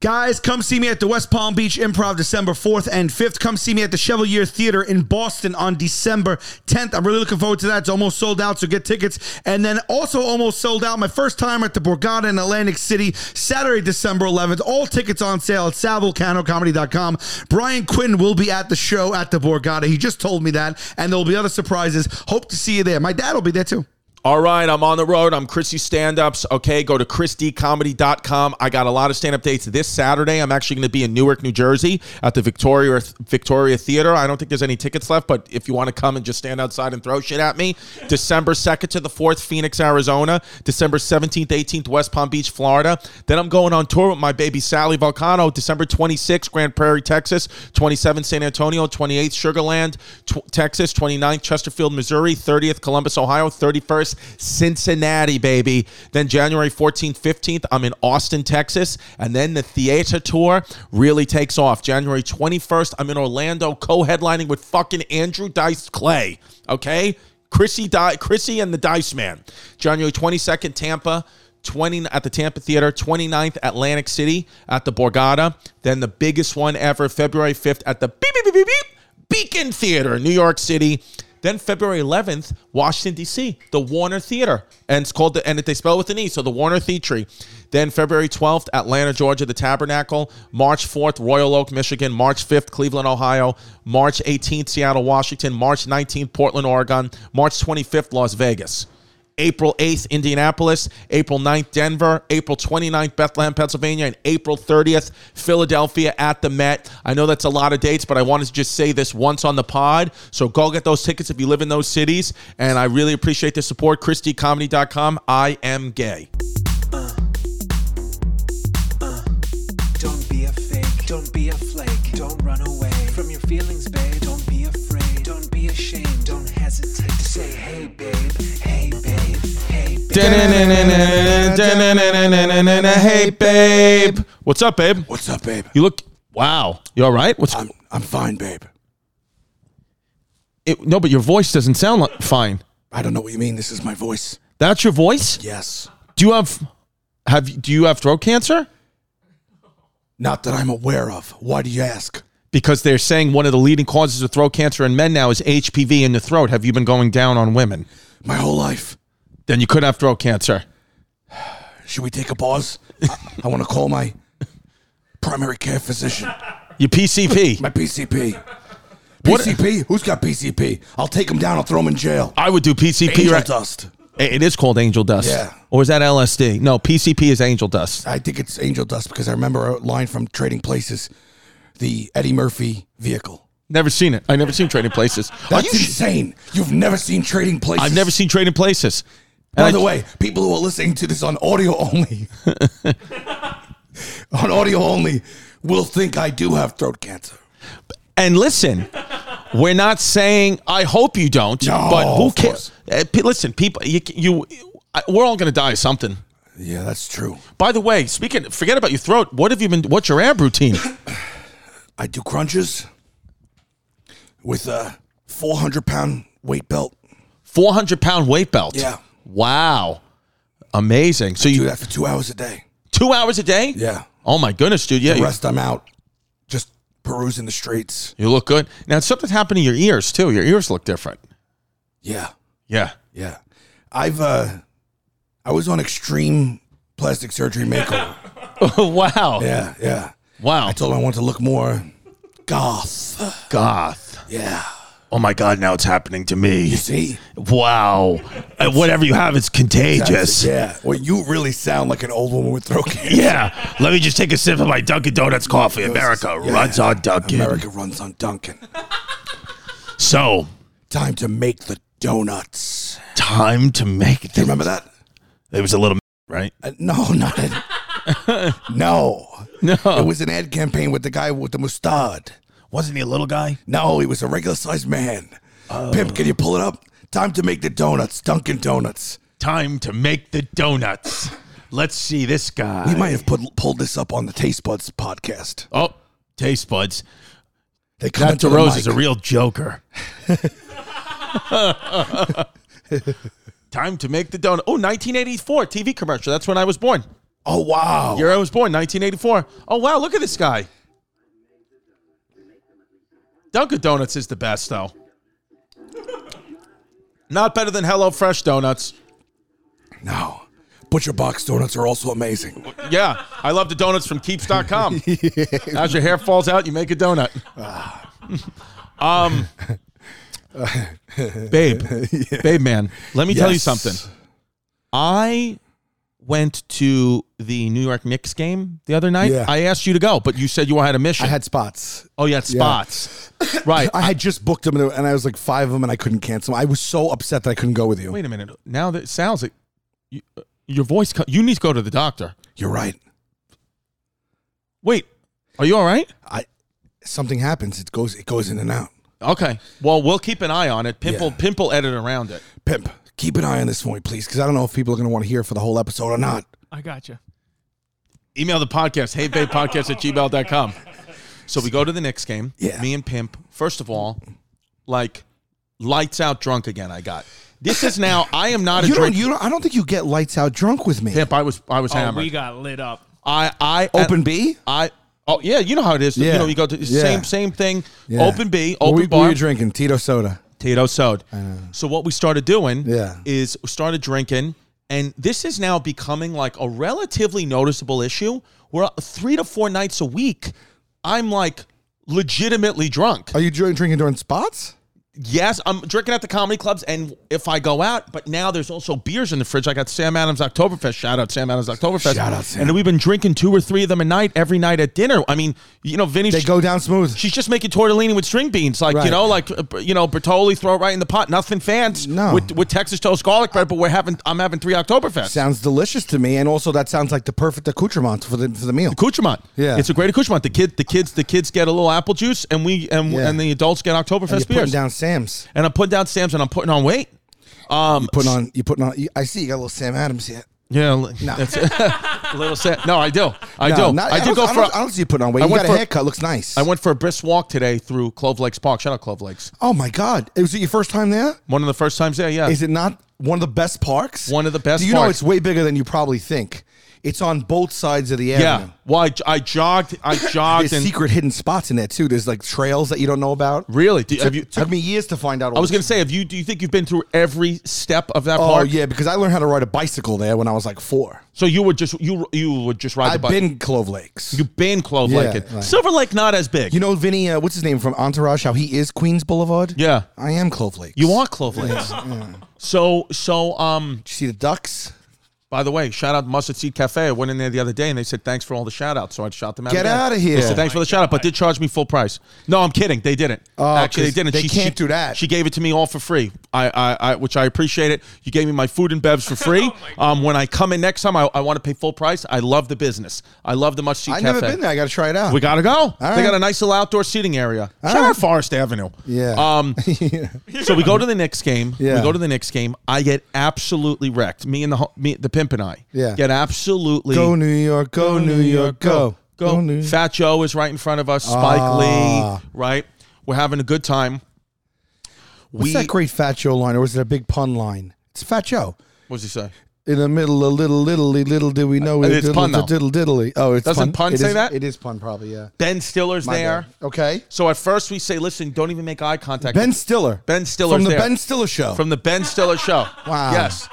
Guys, come see me at the West Palm Beach Improv December 4th and 5th. Come see me at the Chevalier Theater in Boston on December 10th. I'm really looking forward to that. It's almost sold out, so get tickets. And then also almost sold out, my first time at the Borgata in Atlantic City, Saturday, December 11th. All tickets on sale at savolcanocomedy.com. Brian Quinn will be at the show at the Borgata. He just told me that. And there'll be other surprises. Hope to see you there. My dad will be there too. All right, I'm on the road. I'm Chrissy Standups. Okay, go to christycomedy.com. I got a lot of stand-up dates this Saturday. I'm actually going to be in Newark, New Jersey at the Victoria Victoria Theater. I don't think there's any tickets left, but if you want to come and just stand outside and throw shit at me, December 2nd to the 4th, Phoenix, Arizona. December 17th, 18th, West Palm Beach, Florida. Then I'm going on tour with my baby Sally Volcano. December 26th, Grand Prairie, Texas. 27th, San Antonio. 28th, Sugarland, tw- Texas. 29th, Chesterfield, Missouri. 30th, Columbus, Ohio. 31st, Cincinnati, baby. Then January 14th, 15th, I'm in Austin, Texas. And then the theater tour really takes off. January 21st, I'm in Orlando, co headlining with fucking Andrew Dice Clay. Okay? Chrissy, Di- Chrissy and the Dice Man. January 22nd, Tampa. 20 at the Tampa Theater, 29th Atlantic City at the Borgata, then the biggest one ever February 5th at the beep, beep, beep, beep, beep, Beacon Theater, New York City. Then February 11th, Washington D.C., the Warner Theater, and it's called the and they spell it with an E, so the Warner Theatre. Then February 12th, Atlanta, Georgia, the Tabernacle. March 4th, Royal Oak, Michigan. March 5th, Cleveland, Ohio. March 18th, Seattle, Washington. March 19th, Portland, Oregon. March 25th, Las Vegas. April 8th, Indianapolis, April 9th, Denver, April 29th, Bethlehem, Pennsylvania, and April 30th, Philadelphia at the Met. I know that's a lot of dates, but I wanted to just say this once on the pod. So go get those tickets if you live in those cities. And I really appreciate the support. ChristyComedy.com. I am gay. Don't be a fake, don't be a flake, don't run away from your feelings, babe. Don't be afraid, don't be ashamed, don't hesitate to say, hey, babe, hey, babe, hey, babe. Hey, babe. What's up, babe? What's up, babe? You look. Wow. You all right? What's I'm I'm fine, babe. it, No, but your voice doesn't sound like, fine. I don't know what you mean. This is my voice. That's your voice? Yes. Do you have have you- do you have throat cancer? Not that I'm aware of. Why do you ask? Because they're saying one of the leading causes of throat cancer in men now is HPV in the throat. Have you been going down on women? My whole life. Then you could have throat cancer. Should we take a pause? I, I want to call my primary care physician, Your PCP. my PCP. PCP? Who's got PCP? I'll take him down. I'll throw him in jail. I would do PCP. Angel Right? dust. It is called angel dust. Yeah. Or is that LSD? No, PCP is angel dust. I think it's angel dust because I remember a line from Trading Places, the Eddie Murphy vehicle. Never seen it. I never seen Trading Places. Are That's you? sh- insane. You've never seen Trading Places. I've never seen Trading Places. And By I- the way, people who are listening to this on audio only, on audio only, will think I do have throat cancer. And listen, we're not saying I hope you don't, No, but who of cares? course. Uh, pe- listen, people, you, you, I- we're all going to die of something. Yeah, that's true. By the way, speaking, forget about your throat. What have you been? What's your ab routine? I do crunches with a 400 pound weight belt. Four hundred pound weight belt. Yeah. Wow. Amazing. So Do you that for two hours a day. two hours a day? Yeah. Oh my goodness, dude. Yeah. The You, rest I'm out, just perusing the streets. you look good. Now something's happened to your ears too. Your ears look different. Yeah, Yeah. yeah. I've uh, I was on extreme plastic surgery makeover. wow. yeah, yeah. Wow. I told him I wanted to look more goth. Goth. Yeah. Oh my God! Now it's happening to me. You see? Wow. Uh, Whatever you have, it's contagious. Yeah. Well, you really sound like an old woman with throat cancer. Yeah, let me just take a sip of my Dunkin' Donuts coffee. Yeah. America runs on Dunkin'. So, Time to make the donuts. time to make it. Do you remember that? It was a little, right? Uh, no, not it. no. No. It was an ad campaign with the guy with the mustard. Wasn't he a little guy? No, he was a regular sized man. Oh. Pimp, can you pull it up? Time to make the donuts, Dunkin' Donuts. Time to make the donuts. Let's see this guy. We might have put, pulled this up on the Taste Buds podcast. oh, taste buds. They come Dr. into the Rose mic. is a real joker. Time to make the donut. Oh, 1984 TV commercial. That's when I was born. Oh wow. Year I was born, 1984. Oh wow, look at this guy. Dunkin' Donuts is the best though. Not better than Hello Fresh donuts. no. Butcher box donuts are also amazing. Yeah, I love the donuts from Keeps.com. As your hair falls out, you make a donut. Ah. um, babe, babe, man, let me tell you Yes. something. I went to the New York Knicks game the other night. Yeah. I asked you to go, but you said you had a mission. I had spots. oh, you had spots. right. I had just booked them, and I was like five of them, and I couldn't cancel. 'em. I was so upset that I couldn't go with you. Wait a minute. Now that it sounds like you, uh, your voice, cut- you need to go to the doctor. You're right. Wait, are you all right? I something happens. It goes. It goes in and out. Okay. Well, we'll keep an eye on it. Pimple, Yeah. pimple edit around it. Pimp, keep an eye on this for me, please, because I don't know if people are going to want to hear for the whole episode or not. I gotcha. email the podcast, heybabepodcast at gmail.com. So we go to the next game. Yeah. Me and Pimp, first of all, like lights out drunk again, I got. This is now, I am not a You don't. drink. You don't. I don't think you get lights out drunk with me. Pimp, I was, I was Oh, hammered. we got lit up. I, I, Open B. I, oh, yeah, you know how it is. You Yeah. know, you go to the Yeah. same, same thing. Yeah. Open B, What open we, what bar. were you drinking Tito soda. Tato sewed. So what we started doing Yeah. is we started drinking, and this is now becoming like a relatively noticeable issue. Where three to four nights a week, I'm like legitimately drunk. Are you dr- drinking during spots? Yes, I'm drinking at the comedy clubs, and if I go out, but now there's also beers in the fridge. I got Sam Adams Oktoberfest. Shout out Sam Adams Oktoberfest. Shout out, Sam. And we've been drinking two or three of them a night every night at dinner. I mean, you know, Vinny. They go down smooth. She's just making tortellini with string beans, like you Right. know, like uh, you know, Bertoli throw it right in the pot. Nothing fancy. No. with, with Texas toast garlic bread, but we're having I'm having three Oktoberfest. Sounds delicious to me, and also that sounds like the perfect accoutrement for the for the meal. Accoutrement. Yeah. it's a great accoutrement. The kid, the kids, the kids get a little apple juice, and we and Yeah. and the adults get And Oktoberfest you're putting beers. down Sam's. and I'm putting down Sam's, and I'm putting on weight. Um, Putting on. You putting on. You, I see you got a little Sam Adams yet. yeah, li- that's it. a little set. No, I do, I do, not- I do don't- go I for. don't, I don't see you putting on weight. I you went got a for- haircut. Looks nice. I went for a brisk walk today through Clove Lakes Park. Shout out Clove Lakes. oh my god! Was it your first time there? One of the first times there. Yeah, Is it not one of the best parks? One of the best Do you know parks. it's way bigger than you probably think? It's on both sides of the avenue. yeah. Well, I, I jogged. I jogged There's and secret hidden spots in there too. There's like trails that you don't know about. Really? Do, have you? took me years to find out. I was going to say, have you? Do you think you've been through every step of that Oh park? yeah, because I learned how to ride a bicycle there when I was like four. So you would just you you would just ride the I've bike. been Clove Lakes. You, You've been Clove Yeah, Lake. right. Silver Lake not as big. know Vinny, uh, what's his name from Entourage? How he is Queens Boulevard. yeah. I am Clove Lakes. You are Clove Lake. So so um. Did you see the ducks? By the way, shout out Mustard Seed Cafe. I went in there the other day and they said thanks for all the shout outs. So I shot them out. Get again. outta here. They said thanks for the shout out, but did charge me full price. No, I'm kidding. They didn't. Oh, Actually, they 'cause didn't. they she, can't she- do that. She gave it to me all for free. I, I, I which I appreciate it. You gave me my food and bevs for free. um, when I come in next time, I, I want to pay full price. I love the business. I love the Must Seed I've Cafe. never been there. I got to try it out. We gotta go. they right. got a nice little outdoor seating area. Shout out right. Forest Avenue. Yeah. Um. so we go to the next game. Yeah. We go to the next game. I get absolutely wrecked. Me and the ho- me the pimp and I. Yeah. Get absolutely go New York. Go, New York. Go. go. New York. Fat Joe is right in front of us. Spike Ah. Lee. Right. We're having a good time. What's that great Fat Joe line, or was it a big pun line? It's Fat Joe. What does he say? In the middle of little, little, little, did we know Uh, it? it's diddle, pun, though. diddle, diddly. Oh, it's Doesn't pun It say is- that? It is pun, probably. Yeah. Ben Stiller's My there. bad. Okay. So at first we say, listen, don't even make eye contact. uh, Ben Stiller. Ben Stiller's from the there. Ben Stiller show. from the Ben Stiller show. Wow. Yes.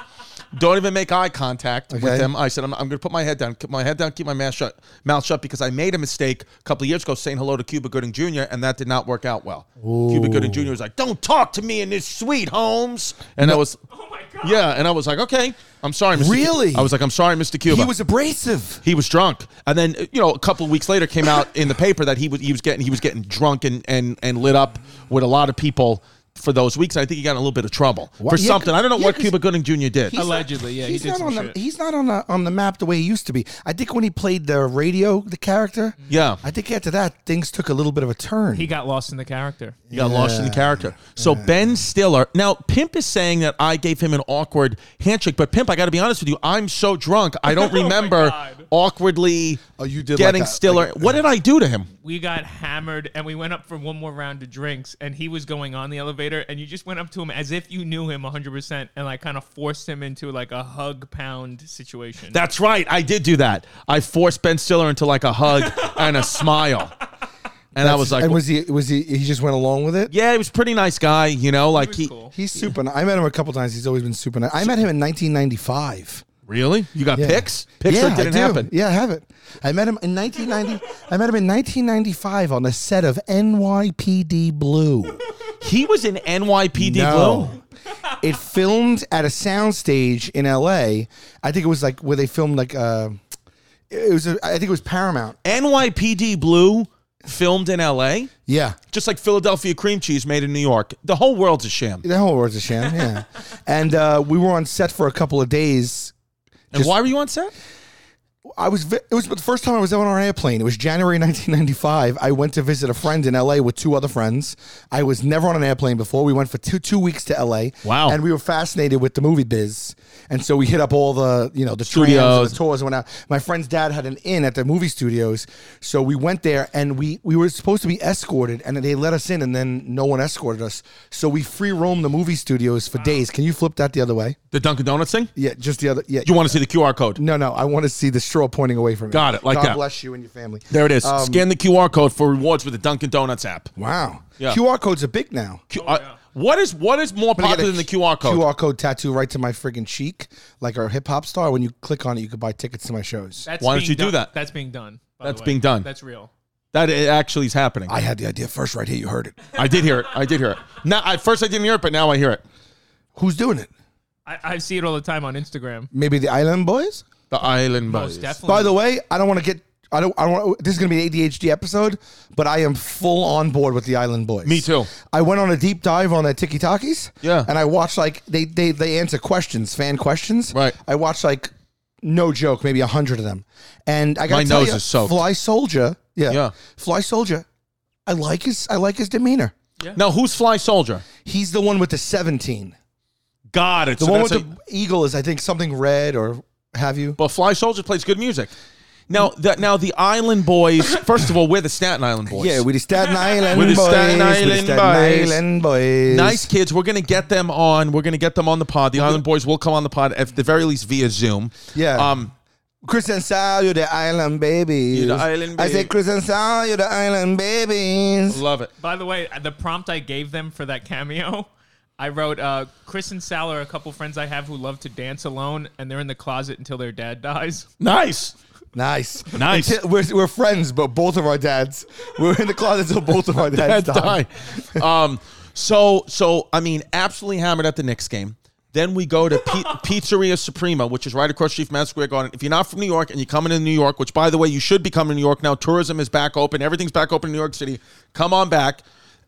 Don't even make eye contact Okay. with them. I said, I'm, I'm going to put my head down, keep my head down, keep my mouth shut, mouth shut because I made a mistake a couple of years ago saying hello to Cuba Gooding Jr., and that did not work out well. Cuba Gooding Jr. was like, Don't talk to me in this sweet Holmes. And I was, Oh my God. Yeah. And I was like, Okay, I'm sorry, Mr. Cu-" Really? I was like, I'm sorry, Mr. Cuba. he was abrasive. He was drunk, and then uh, you know a couple of weeks later came out in the paper that he was he was getting he was getting drunk and and and lit up with a lot of people for those weeks. I think he got in a little bit of trouble for Yeah, something. I don't know yeah, what 'cause Cuba Gooding Jr. did. He's not- Allegedly, yeah, he he's did not some on the shit. he's not on the on the map the way he used to be. I think when he played the radio, the character. Yeah. I think after that, things took a little bit of a turn. He got lost in the character. He got lost in the character. So Ben Stiller. Now Pimp is saying that I gave him an awkward handshake, but Pimp, I got to be honest with you, I'm so drunk I don't remember God. awkwardly Oh, you did getting like a- stiller. like a- what did I do to him? We got hammered and we went up for one more round of drinks and he was going on the elevator and you just went up to him as if you knew him 100% and like kind of forced him into like a hug pound situation. That's right. I did do that. I forced Ben Stiller into like a hug and a smile. And I was like, and was he? Was he? He just went along with it. yeah, he was a pretty nice guy, you know, like was he, cool. He's super. ni- I met him a couple times. He's always been super nice. I met him in 1995. really? You got Yeah. pics? Pics yeah, that didn't I do. happen. Yeah, I have it. I met him in 1990. I met him in 1995 on the set of NYPD Blue. He was in NYPD Blue. it filmed at a soundstage in LA. I think it was like where they filmed like uh, it was. A, I think it was Paramount. NYPD Blue filmed in LA, Yeah, just like Philadelphia cream cheese made in New York. The whole world's a sham. that whole was a sham. Yeah, and uh, we were on set for a couple of days. And why were you on set? I was. vi- It was the first time I was on an airplane. It was January 1995. I went to visit a friend in LA with two other friends. I was never on an airplane before. We went for two two weeks to LA. Wow. And we were fascinated with the movie biz, and so we hit up all the you know the trams and Studios. the tours and went out. My friend's dad had an inn at the movie studios, so we went there and we we were supposed to be escorted, and they let us in, and then no one escorted us. So we free roamed the movie studios for days. Can you flip that the other way? The Dunkin' Donuts thing? Yeah, just the other. Yeah, You want to see the QR code? no, no. I want to see the straw pointing away from me. Got it, like God that. bless you and your family. There it is. Um, Scan the QR code for rewards with the Dunkin' Donuts app. Wow. Yeah. QR codes are big now. Oh, Q- uh, what is what is more I'm gonna get popular a than the QR code? QR code tattoo right to my friggin' cheek, like our hip hop star. When you click on it, you could buy tickets to my shows. That's Why don't being you do done- that? That's being done. by the That's way. being done. That's real. that it actually is happening. I had the idea first, right here. You heard it. I did hear it. I did hear it. Now, at first I didn't hear it, but now I hear it. Who's doing it? I, I see it all the time on Instagram. Maybe the Island Boys. The Island Most Boys. definitely. By the way, I don't want to get. I don't. I don't. wanna- This is gonna be an ADHD episode, but I am full on board with the Island Boys. Me too. I went on a deep dive on the Tiki Takis. Yeah. And I watched like they they they answer questions, fan questions. Right. I watched like no joke, maybe a hundred of them, and I got My nose is soaked. Fly Soldier. Yeah. Yeah. Fly Soldier. I like his. I like his demeanor. Now, who's Fly Soldier? He's the one with the seventeen. God, it's The one with the eagle is, I think, something red or have you? But Fly Soldier plays good music. Now, the, now the Island Boys. First of all, we're the Staten Island Boys. Yeah, with the Staten Island With the boys. Staten with Island the Staten boys. Island boys. nice kids. We're gonna get them on. We're gonna get them on the pod. The Island Boys will come on the pod at the very least via Zoom. Yeah. Um. Chris and Sal, you're the island babies. You're the island I say babe. Chris and Sal, you're the island babies. Love it. By the way, the prompt I gave them for that cameo, I wrote uh, Chris and Sal are a couple friends I have who love to dance alone, and they're in the closet until their dad dies. Nice. Nice. Nice. Until- We're, we're friends, but both of our dads. We're in the closet till both of our dads That's die. time. um. So so I mean, absolutely hammered at the Knicks game. Then we go to Pi- Pizzeria Suprema, which is right across Chief Madison Square Garden. If you're not from New York and you're coming to New York, which by the way, you should be coming to New York now. Tourism is back open. Everything's back open in New York City. Come on back.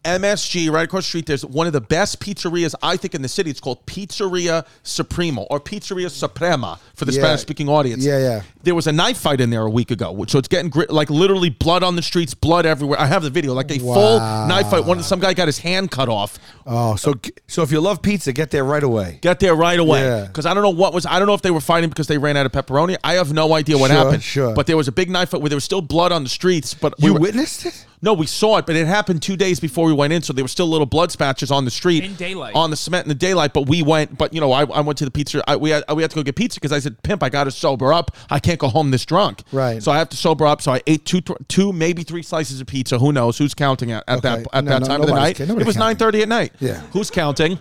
MSG, right across the street, there's one of the best pizzerias, I think, in the city. It's called Pizzeria Suprema or Pizzeria Suprema for the Yeah. Spanish speaking audience. Yeah, yeah. There was a knife fight in there a week ago, which- so it's getting gri- like literally blood on the streets, blood everywhere. I have the video, like a full Wow. knife fight. One some guy got his hand cut off. Oh, so so if you love pizza, get there right away. Get there right away Yeah. because I don't know what was. I don't know if they were fighting because they ran out of pepperoni. I have no idea what Sure, happened. sure. But there was a big knife fight where there was still blood on the streets. But we you were- witnessed it? no, we saw it, but it happened two days before we went in, so there were still little blood spatches on the street In daylight. on the cement in the daylight. But we went, but you know, I, I went to the pizza. I, we had, we had to go get pizza because I said, "Pimp, I got to sober up. I can't go home this drunk." Right. So I have to sober up. So I ate two, two maybe three slices of pizza. Who knows? Who's counting at, at Okay. that at No, that no, time of the nobody's night? ca- It nobody's was nine counting. thirty at night. Yeah. Who's counting?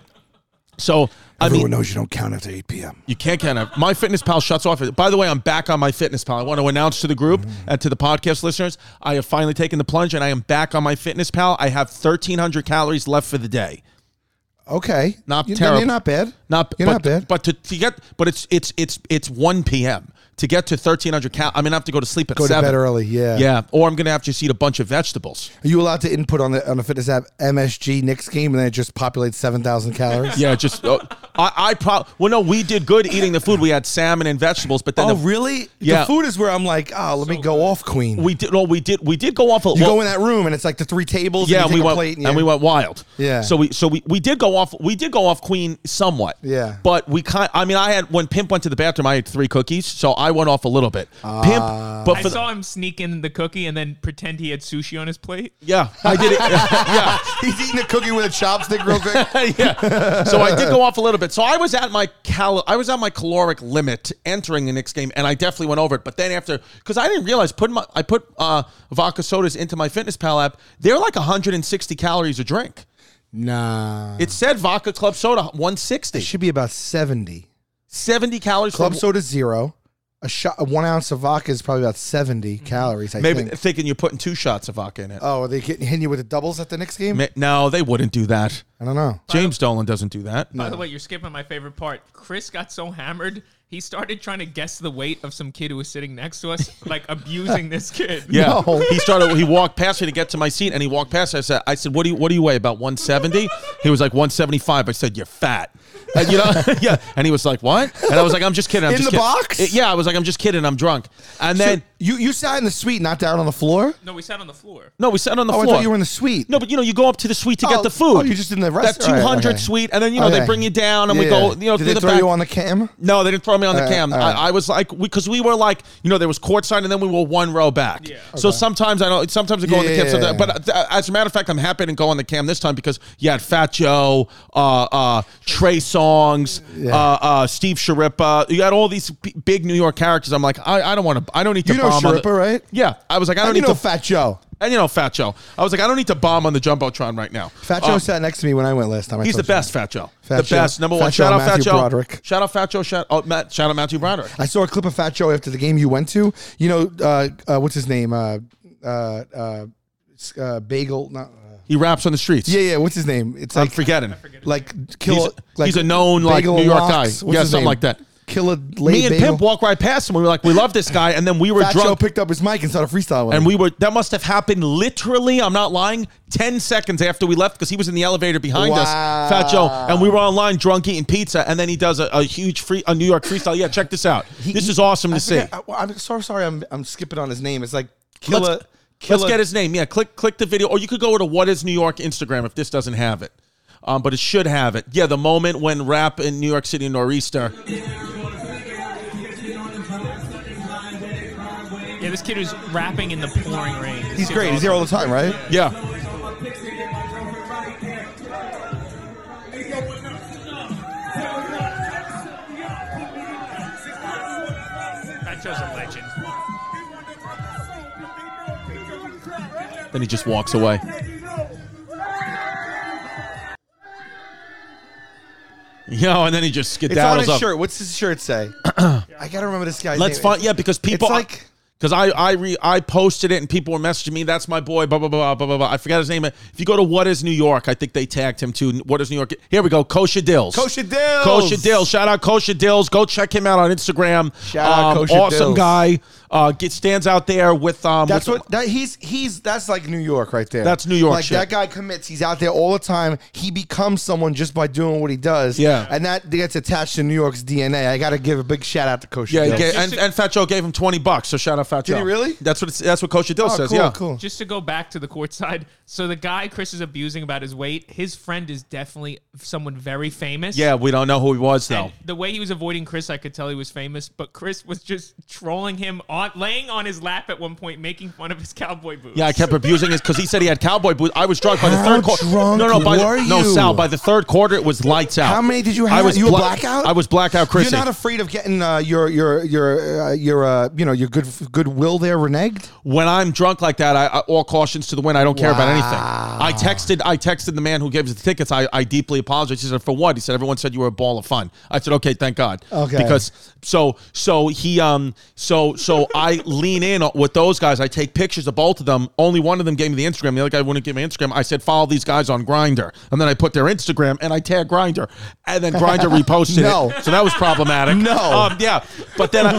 So I Everyone mean, knows you don't count after 8 p.m. you can't count it. My Fitness Pal shuts off. By the way, I'm back on My Fitness Pal. I want to announce to the group Mm-hmm. and to the podcast listeners, I have finally taken the plunge and I am back on My Fitness Pal. I have 1,300 calories left for the day. Okay. Not you, then terrible. You're not bad. Not you're but, not bad. But to, to get, but it's it's it's it's 1 p.m. to get to 1,300 cal. I'm gonna have to go to sleep at Go to seven. bed early. Yeah. Yeah, or I'm gonna have to just eat a bunch of vegetables. Are you allowed to input on the on the fitness app MSG Knicks game and then it just populates seven thousand calories? Yeah, just oh, I, I pro- well, no, we did good eating the food. We had salmon and vegetables, but then Oh, the, really? Yeah. The food is where I'm like, oh, let me go off, queen. we did. No, we did. We did go off. A, you well, go in that room and it's like the three tables. yeah, and you we take a went plate and, and you- we went wild. Yeah. So we so we, we did go off. We did go off Queen somewhat. Yeah. But we kind. I mean, I had when Pimp went to the bathroom, I had three cookies, so I went off a little bit. Ah. Pimp, but I for the, saw him sneak in the cookie and then pretend he had sushi on his plate. yeah, I did it. yeah. He's eating a cookie with a chopstick real quick. yeah. So I did go off a little bit. So I was at my cal I was at my caloric limit entering the next game, and I definitely went over it. But then after, because I didn't realize putting my I put uh, vodka sodas into my Fitness Pal app, they're like 160 calories a drink. Nah. It It said vodka club soda 160, should be about 70. 70 calories. Club for- soda zero. A shot, a one ounce of vodka is probably about 70 calories, I Mm-hmm. Maybe think. thinking you're putting two shots of vodka in it. Oh, are they getting hitting you with the doubles at the next game? Ma- No, they wouldn't do that. I don't know. James Dolan doesn't do that. By the way, you're skipping my favorite part. Chris got so hammered, he started trying to guess the weight of some kid who was sitting next to us, like abusing this kid. Yeah, No. he started. He walked past me to get to my seat, and he walked past. I said, "I said, what do you what do you weigh? About 170?" He was like, "175." I said, "You're fat." And, you know, yeah. And he was like, "What?" And I was like, "I'm just kidding." I'm In just the kidding." box? It- yeah, I was like, "I'm just kidding. I'm drunk." And then So you you sat in the suite, not down on the floor. No, we sat on the floor. no, we sat on the Oh, I floor. thought you were in the suite. no, but you know, you go up to the suite to Oh, get the food. oh, you're just in the That restaurant. 200 Okay. suite, and then you know Okay. they bring you down, and we Yeah. go. You know, Did through they the throw back. you on the cam? No, they didn't throw me on the All right, cam. all right. I, I was like, because we, were like, you know, there was courtside, and then we were one row back. Yeah. So sometimes I don't. Sometimes I go on the Yeah, cam. yeah, sometimes- yeah. But uh, as a matter of fact, I'm happy I didn't go on the cam this time because you had Fat Joe, uh, uh, Trey Songs, uh, uh, Steve Sharippa. You had all these b- big New York characters. I'm like, I, I don't want to. I don't need to You know bomb. on the- Sharippa, right? Yeah. I was like, I I don't you need know to. Fat Joe. and you know Fat Joe. I was like, I don't need to bomb on the jumbotron right now. Fat Joe Uh, sat next to me when I went last time. I He's the told you. best, Fat Joe. Fat the Joe. best, number Fat one. Joe, Shout out Fat Matthew Joe. Broderick. Shout out Fat Joe. Shout, oh, Matt, shout out Matthew Broderick. I saw a clip of Fat Joe after the game you went to. You know, uh, uh, what's his name? Uh, uh, uh, s- uh, Bagel. Not, uh, He raps on the streets. yeah, yeah. What's his name? It's I'm like forgetting. like kill. He's, like he's a known like Bagel New York guy. Locks. What's Yeah, his something name? like that. Kill a Me lay and bagel. Pimp walked right past him. We were like, we love this guy, and then we were Fat Joe drunk. picked up his mic and started freestyling. with and him. we were that must have happened literally, I'm not lying, 10 seconds after we left because he was in the elevator behind us, Wow. Fat Joe. And we were online drunk eating pizza, and then he does a, a huge free a New York freestyle. Yeah, check this out. this is awesome I to see. forget- uh, I, I'm so sorry. I'm I'm skipping on his name. It's like kill let's, a. Kill let's a- get his name. Yeah, click click the video, or you could go to What Is New York Instagram if this doesn't have it, um, but it should have it. Yeah, the moment when rap in New York City nor'easter. Yeah, this kid was rapping in the pouring rain. He's great. He's here all the time, right? Yeah. That show's a legend. Then he just walks away. Yo, and then he just It's on skedaddles his up. shirt. What's his shirt say? I gotta remember this guy's Let's name. find yeah, because people it's like- because I I re, I posted it and people were messaging me. That's my boy. Blah blah blah blah blah blah. I forgot his name. If you go to What Is New York, I think they tagged him to What Is New York. Here we go. Kosha Dills. Kosha Dills. Kosha Dills. Shout out Kosha Dills. Go check him out on Instagram. Um, Shout out Kosha Awesome Dills. guy. Uh, get stands out there with um. That's with- what that he's he's that's like New York right there. That's New York Like shit. that guy commits. He's out there all the time. He becomes someone just by doing what he does. Yeah. and that gets attached to New York's DNA. I gotta give a big shout out to Coach. Yeah, he Dills. gave, Just and, to- and Fat Joe gave him twenty bucks. So shout out Fat Joe. Did he really? That's what it's, that's what Kosha Dills Oh, says. cool, yeah, cool. Just to go back to the court side, so the guy Chris is abusing about his weight, his friend is definitely someone very famous. yeah. We don't know who he was though. And the way he was avoiding Chris, I could tell he was famous, but Chris was just trolling him, on, laying on his lap at one point, making fun of his cowboy boots. Yeah, I kept abusing his because he said he had cowboy boots. I was drunk by the How third quarter. drunk no, no, by the, were no, you? Sal. By the third quarter, it was lights out. How many did you have? I was You were bla- blackout? I was blackout, Chris. You're not afraid of getting uh, your your your uh, your uh, you know your good goodwill there reneged. when I'm drunk like that, I, I all cautions to the wind. I don't care about anything. I texted. I texted the man who gave us the tickets. I, I deeply apologized. He said for what? He said everyone said you were a ball of fun. I said okay, thank God. Okay. Because so so he um so so I lean in with those guys. I take pictures of both of them. Only one of them gave me the Instagram. The other guy wouldn't give me Instagram. I said, follow these guys on Grinder, and then I put their Instagram and I tag Grinder, and then Grinder reposted No. it. So that was problematic. No. um, yeah, but then I,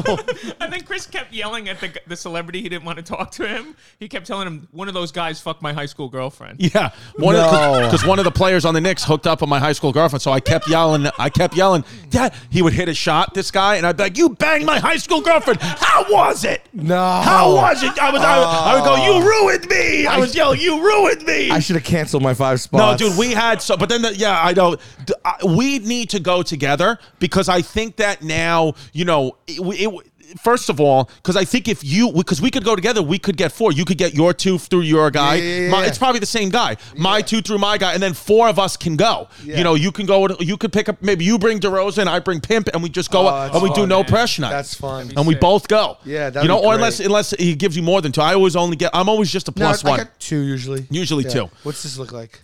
And then Chris kept yelling at the g- the celebrity. He didn't want to talk to him. He kept telling him, "One of those guys fucked my high school girlfriend." Yeah, one No. because one of the players on the Knicks hooked up on my high school girlfriend, so I kept yelling. I kept yelling. Dad, he would hit a shot, this guy, and I'd be like, "You banged my high school girlfriend. How was it? No. how was it? I was, I, would- I would go, you ruined me. I was yelling, you ruined me. I should have canceled my five no, spots. dude, we had so, but then the, yeah, I know. D- I- We need to go together because I think that now, you know, it, it, first of all, because I think if you, because we could go together, we could get four. You could get your two through your guy. Yeah, yeah, yeah, My- yeah. It's probably the same guy. My two through my guy, and then four of us can go. You know, you can go. You could pick up. Maybe you bring DeRozan, I bring Pimp, and we just go Oh, up, that's and we do fun, no man. pressure night. That's fun. And we sick. both go. Yeah, that'd you know, be or great. unless unless he gives you more than two. I always only get. I'm always just a No, plus I one. got two usually. Usually two. What's this look like?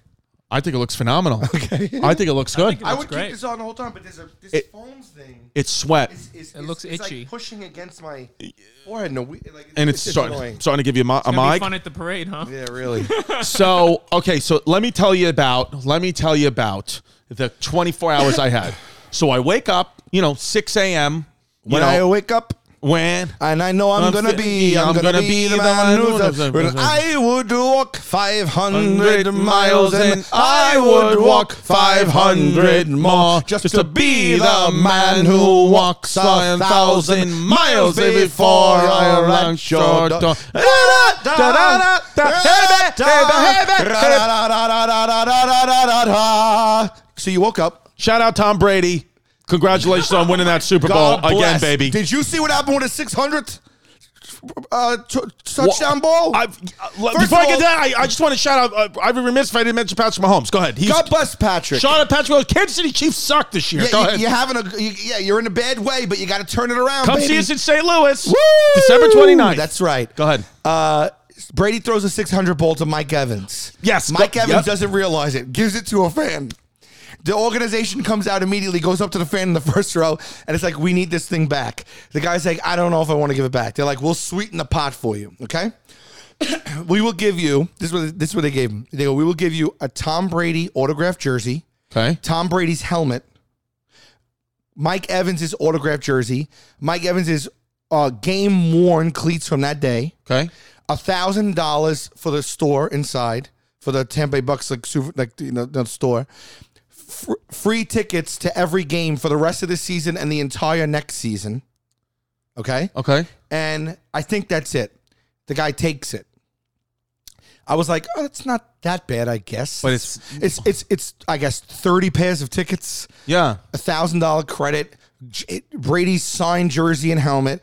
I think it looks phenomenal. I think it looks good. think it- That's great. on the whole time, but there's a this It- foams thing. it's sweat, is, It looks itchy. pushing against my forehead. No, we, like, and it's, starting starting to give you a, mi- a It's gonna be mic. fun at the parade, huh? Yeah, really. So okay, so let me tell you about let me tell you about the 24 hours I had. So I wake up, you know, 6 a.m. You when know, I wake up when and I know I'm, I'm gonna fi- be, I'm, gonna, be, the man who's a- when I would walk 500 miles and I would walk 500 more just to be the man who walks a thousand miles before I reach your door. So you woke up. shout out Tom Brady. Congratulations on winning that Super Bowl God again, bless. baby. Did you see what happened with a 600th uh, t- touchdown ball? I've, uh, le- First before I of get all- that, I, I just want to shout out. Uh, I'd be remiss if I didn't mention Patrick Mahomes. Go ahead. He's, God bless Patrick. Shout out Patrick Mahomes. Kansas City Chiefs suck this year. Yeah, Go you, ahead. you're having a you, yeah, you're in a bad way, but you got to turn it around. Come baby. see us in St. Louis. Woo! December 29th. That's right. Go ahead. Uh, Brady throws a 600 ball to Mike Evans. Yes, Mike go- Evans yep. doesn't realize it. Gives it to a fan. The organization comes out immediately, goes up to the fan in the first row, and it's like, "We need this thing back." The guy's like, "I don't know if I want to give it back." They're like, "We'll sweeten the pot for you, okay? we will give you this. Is what this is what they gave him. They go, "We will give you a Tom Brady autographed jersey." Okay. Tom Brady's helmet, Mike Evans' autographed jersey, Mike Evans' uh, game worn cleats from that day, Okay. a thousand dollars for the store inside for the Tampa Bay Bucks like super like you know the store, Fr- free tickets to every game for the rest of the season and the entire next season. Okay, Okay. and I think that's it. The guy takes it. I was like, oh, it's not that bad, I guess. But it's- it's it's it's I guess thirty pairs of tickets, Yeah. a thousand dollar credit, J- Brady's signed jersey and helmet.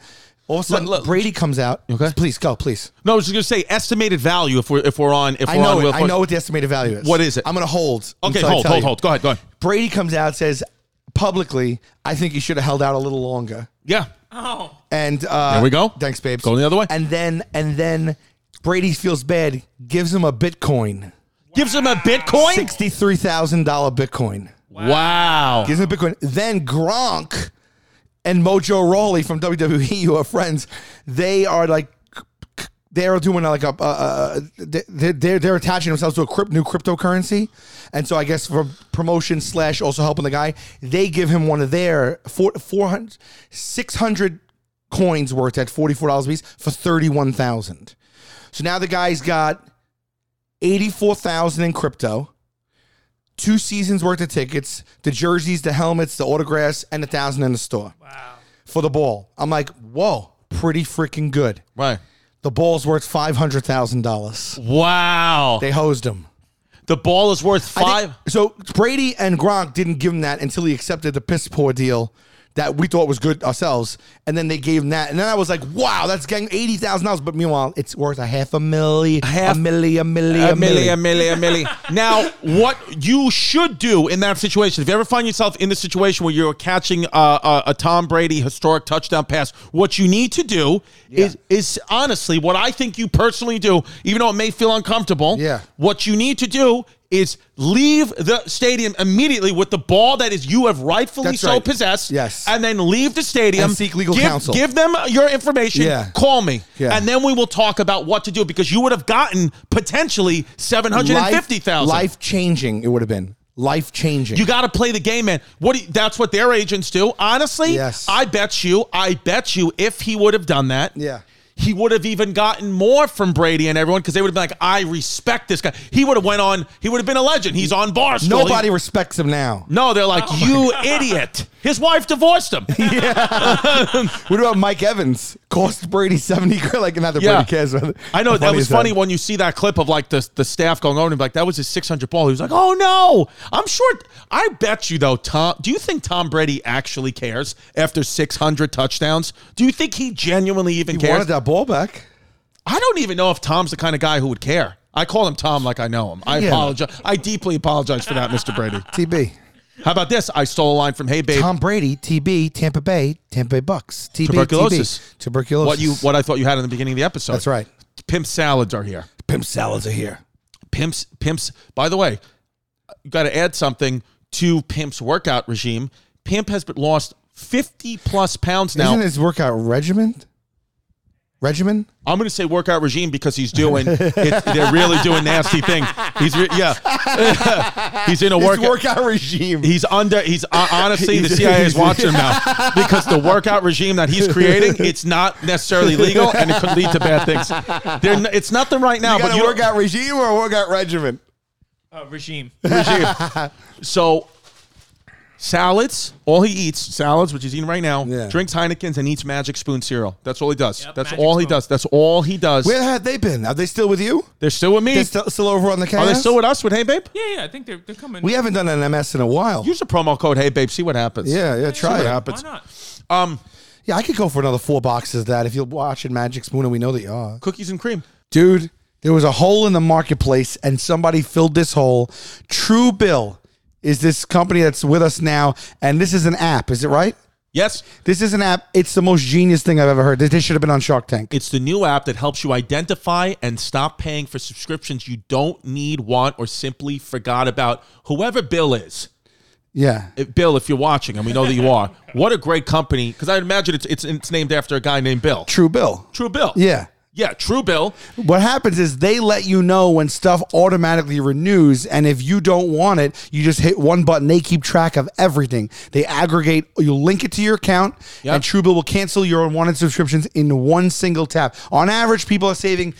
All of a sudden, look. Brady comes out. Okay. please go, please. No, I was just gonna say estimated value if we're if we're on if I we're know on it. Will I Ford- know what the estimated value is. What is it? I'm gonna hold. Okay, until I hold, tell hold, you. hold. Go ahead, go ahead. Brady comes out says publicly, I think he should have held out a little longer. Yeah. Oh, And uh, There we go. Thanks, babes. Going the other way. And then and then Brady feels bad, gives him a Bitcoin, Gives him a Bitcoin. sixty three thousand dollar Bitcoin. Wow. Gives him a Bitcoin. Then Gronk and Mojo Rawley from WWE, who are friends, they are like. They're doing like a, uh, uh, they're, they're they're attaching themselves to a crypt, new cryptocurrency, and so I guess for promotion slash also helping the guy, they give him one of their four four hundred six hundred coins worth at forty four dollars a piece for thirty one thousand. So now the guy's got eighty four thousand in crypto, two seasons worth of tickets, the jerseys, the helmets, the autographs, and a thousand in the store. Wow. For the ball. I'm like, whoa, pretty freaking good. Right. The ball's worth five hundred thousand dollars. Wow. They hosed him. The ball is worth I five. think- so Brady and Gronk didn't give him that until he accepted the piss poor deal that we thought was good ourselves, and then they gave him that, and then I was like, "Wow, that's getting eighty thousand dollars." But meanwhile, it's worth a half a milli, half- a milli, a milli, A a, milli, milli. a milli, a milli. Now, what you should do in that situation, if you ever find yourself in the situation where you're catching uh, a, a Tom Brady historic touchdown pass, what you need to do is is honestly what I think you personally do, even though it may feel uncomfortable. Yeah. What you need to do is leave the stadium immediately with the ball that is you have rightfully That's so right. possessed. Yes. And then leave the stadium. And seek legal give, counsel. Give them your information. Yeah. Call me. Yeah. And then we will talk about what to do because you would have gotten potentially Life- 750,000. Life-changing, it would have been. Life-changing. You got to play the game, man. What? do you- that's what their agents do. Honestly, Yes. I bet you. I bet you. If he would have done that, Yeah. he would have even gotten more from Brady and everyone because they would have been like, "I respect this guy." He would have went on. He would have been a legend. He's on Barstool. Nobody He's- Oh respects him now. no, they're like, "You idiot!" His wife divorced him. What about Mike Evans? Cost Brady 70 grand. Like, not that Yeah. Brady cares. but- I know that funny was is that- funny when you see that clip of like the the staff going over and be like, "That was his 600 ball." He was like, "Oh no!" I'm sure. I bet you though, Tom. Do you think Tom Brady actually cares after 600 touchdowns? Do you think he genuinely even He wanted cares? that ball back. I don't even know if Tom's the kind of guy who would care. I call him Tom like I know him. I Yeah. apologize. I deeply apologize for that, Mr. Brady. TB. How about this? I stole a line from Hey Babe. Tom Brady, TB, Tampa Bay, Tampa Bay Bucks. TB, Tuberculosis. TB, tuberculosis. what you what I thought you had in the beginning of the episode. That's right. Pimp salads are here. Pimp salads are here. pimps pimps by the way you got to add something to pimp's workout regime pimp has been lost 50 plus pounds now Isn't his workout regimen? Regimen? i'm going to say workout regime because he's doing it's, they're really doing nasty things he's re- yeah he's in a His workout workout regime. He's under. He's uh, honestly the CIA is watching him now because the workout regime that he's creating it's not necessarily legal and it could lead to bad things. They're n- it's nothing right now, you but got you a don't- workout regime or a workout regimen? Uh, regime. So salads, all he eats, salads, which he's eating right now, Yeah. drinks Heineken's and eats magic spoon cereal. That's all he does. Yep, That's Magic all he Spoon. does. That's all he does. Where had they been? Are they still with you? They're still with me. They're still, still over on the cast? Are they still with us with Hey Babe? Yeah, yeah. I think they're, they're coming. We haven't done an MS in a while. Use the promo code Hey Babe, see what happens. yeah, yeah, try what it. happens. Why not? Um, Yeah, I could go for another four boxes of that if you're watching Magic Spoon and we know that you are. cookies and cream. Dude, there was a hole in the marketplace and somebody filled this hole. True Bill is this company that's with us now, and this is an app, is it right? Yes, This is an app. It's the most genius thing I've ever heard. This, this should have been on Shark Tank. it's the new app that helps you identify and stop paying for subscriptions you don't need, want, or simply forgot about. Whoever Bill is, Yeah. Uh, Bill, if you're watching, and we know that you are, what a great company! Because I imagine it's, it's it's named after a guy named Bill. True Bill. True Bill. Yeah. Yeah, True Bill. What happens is they let you know when stuff automatically renews, and if you don't want it, you just hit one button. They keep track of everything. They aggregate. You link it to your account, Yep. and Truebill will cancel your unwanted subscriptions in one single tap. On average, people are saving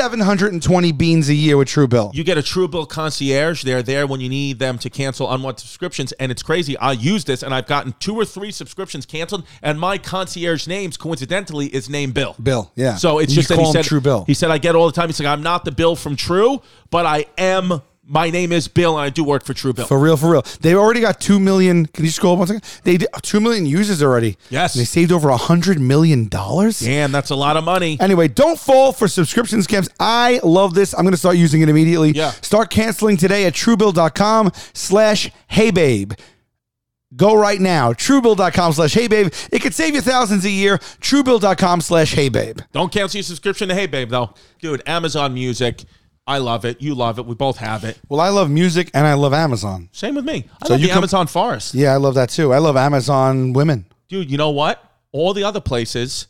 720 beans a year with Truebill. You get a True Bill concierge. They're there when you need them to cancel unwanted subscriptions. And it's crazy. I use this and I've gotten two or three subscriptions canceled. And my concierge names, coincidentally, is named Bill. Bill, yeah. So it's You just that call he him said True Bill. He said I get all the time. He's like, I'm not the Bill from True, but I am. My name is Bill, and I do work for True Bill. For real, for real. They already got two million. Can you scroll up one second? They did two million users already. Yes. And they saved over a hundred million dollars. Damn, that's a lot of money. Anyway, don't fall for subscription scams. I love this. I'm going to start using it immediately. Yeah. Start canceling today at truebill.com slash heybabe. Go right now. Truebill.com slash heybabe. It could save you thousands a year. Truebill.com slash heybabe. Don't cancel your subscription to Hey Babe though, dude. Amazon Music, I love it. You love it. We both have it. Well, I love music and I love Amazon. Same with me. I So love you the com- Amazon Forest. Yeah, I love that too. I love Amazon women. dude, you know what? All the other places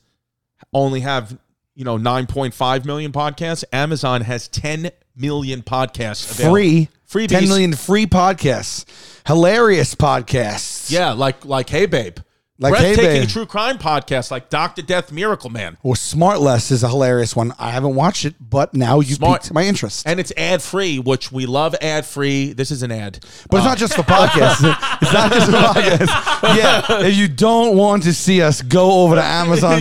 only have, you know, 9.5 million podcasts. Amazon has 10 million podcasts available. Free. Freebies. 10 million free podcasts. Hilarious podcasts. Yeah, like like Hey Babe. Like Hey Breathtaking Babe. true crime podcasts like Dr. Death Miracle Man. Or Smartless is a hilarious one. I haven't watched it, but now you Smart- piqued my interest. And it's ad free, which we love ad free. This is an ad. Uh, But it's not just for podcasts. it's not just for podcasts. Yeah. If you don't want to see us, go over to Amazon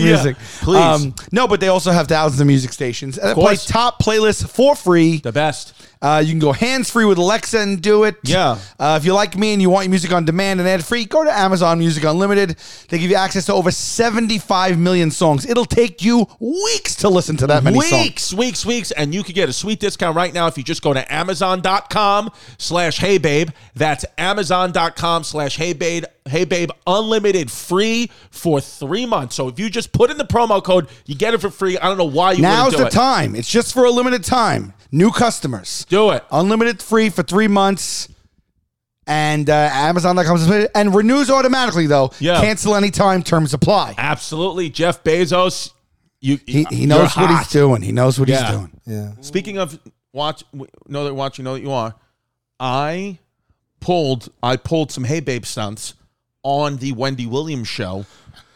Yeah, Music. Um, please. no, but they also have thousands of music stations. And they play course. top playlists for free. The best. Uh, you can go hands free with Alexa and do it. Yeah. Uh, if you're like me and you want your music on demand and ad free, go to Amazon Music Unlimited. They give you access to over 75 million songs. It'll take you weeks to listen to that many songs. weeks, weeks, weeks, and you could get a sweet discount right now if you just go to Amazon.com slash Hey Babe. That's Amazon.com slash Hey Babe. Hey Babe Unlimited free for three months. So if you just put in the promo code, you get it for free. I don't know why you Now's wouldn't do the it. time. It's just for a limited time. New customers. Do it. Unlimited free for three months. And uh, Amazon.com and renews automatically though. Yeah. Cancel anytime. Terms apply. Absolutely, Jeff Bezos. You He, he knows what he's doing. He knows what Yeah. he's doing. Yeah. Speaking of watch, w- know that watch, you know that you are. I pulled, I pulled some Hey Babe stunts on the Wendy Williams show,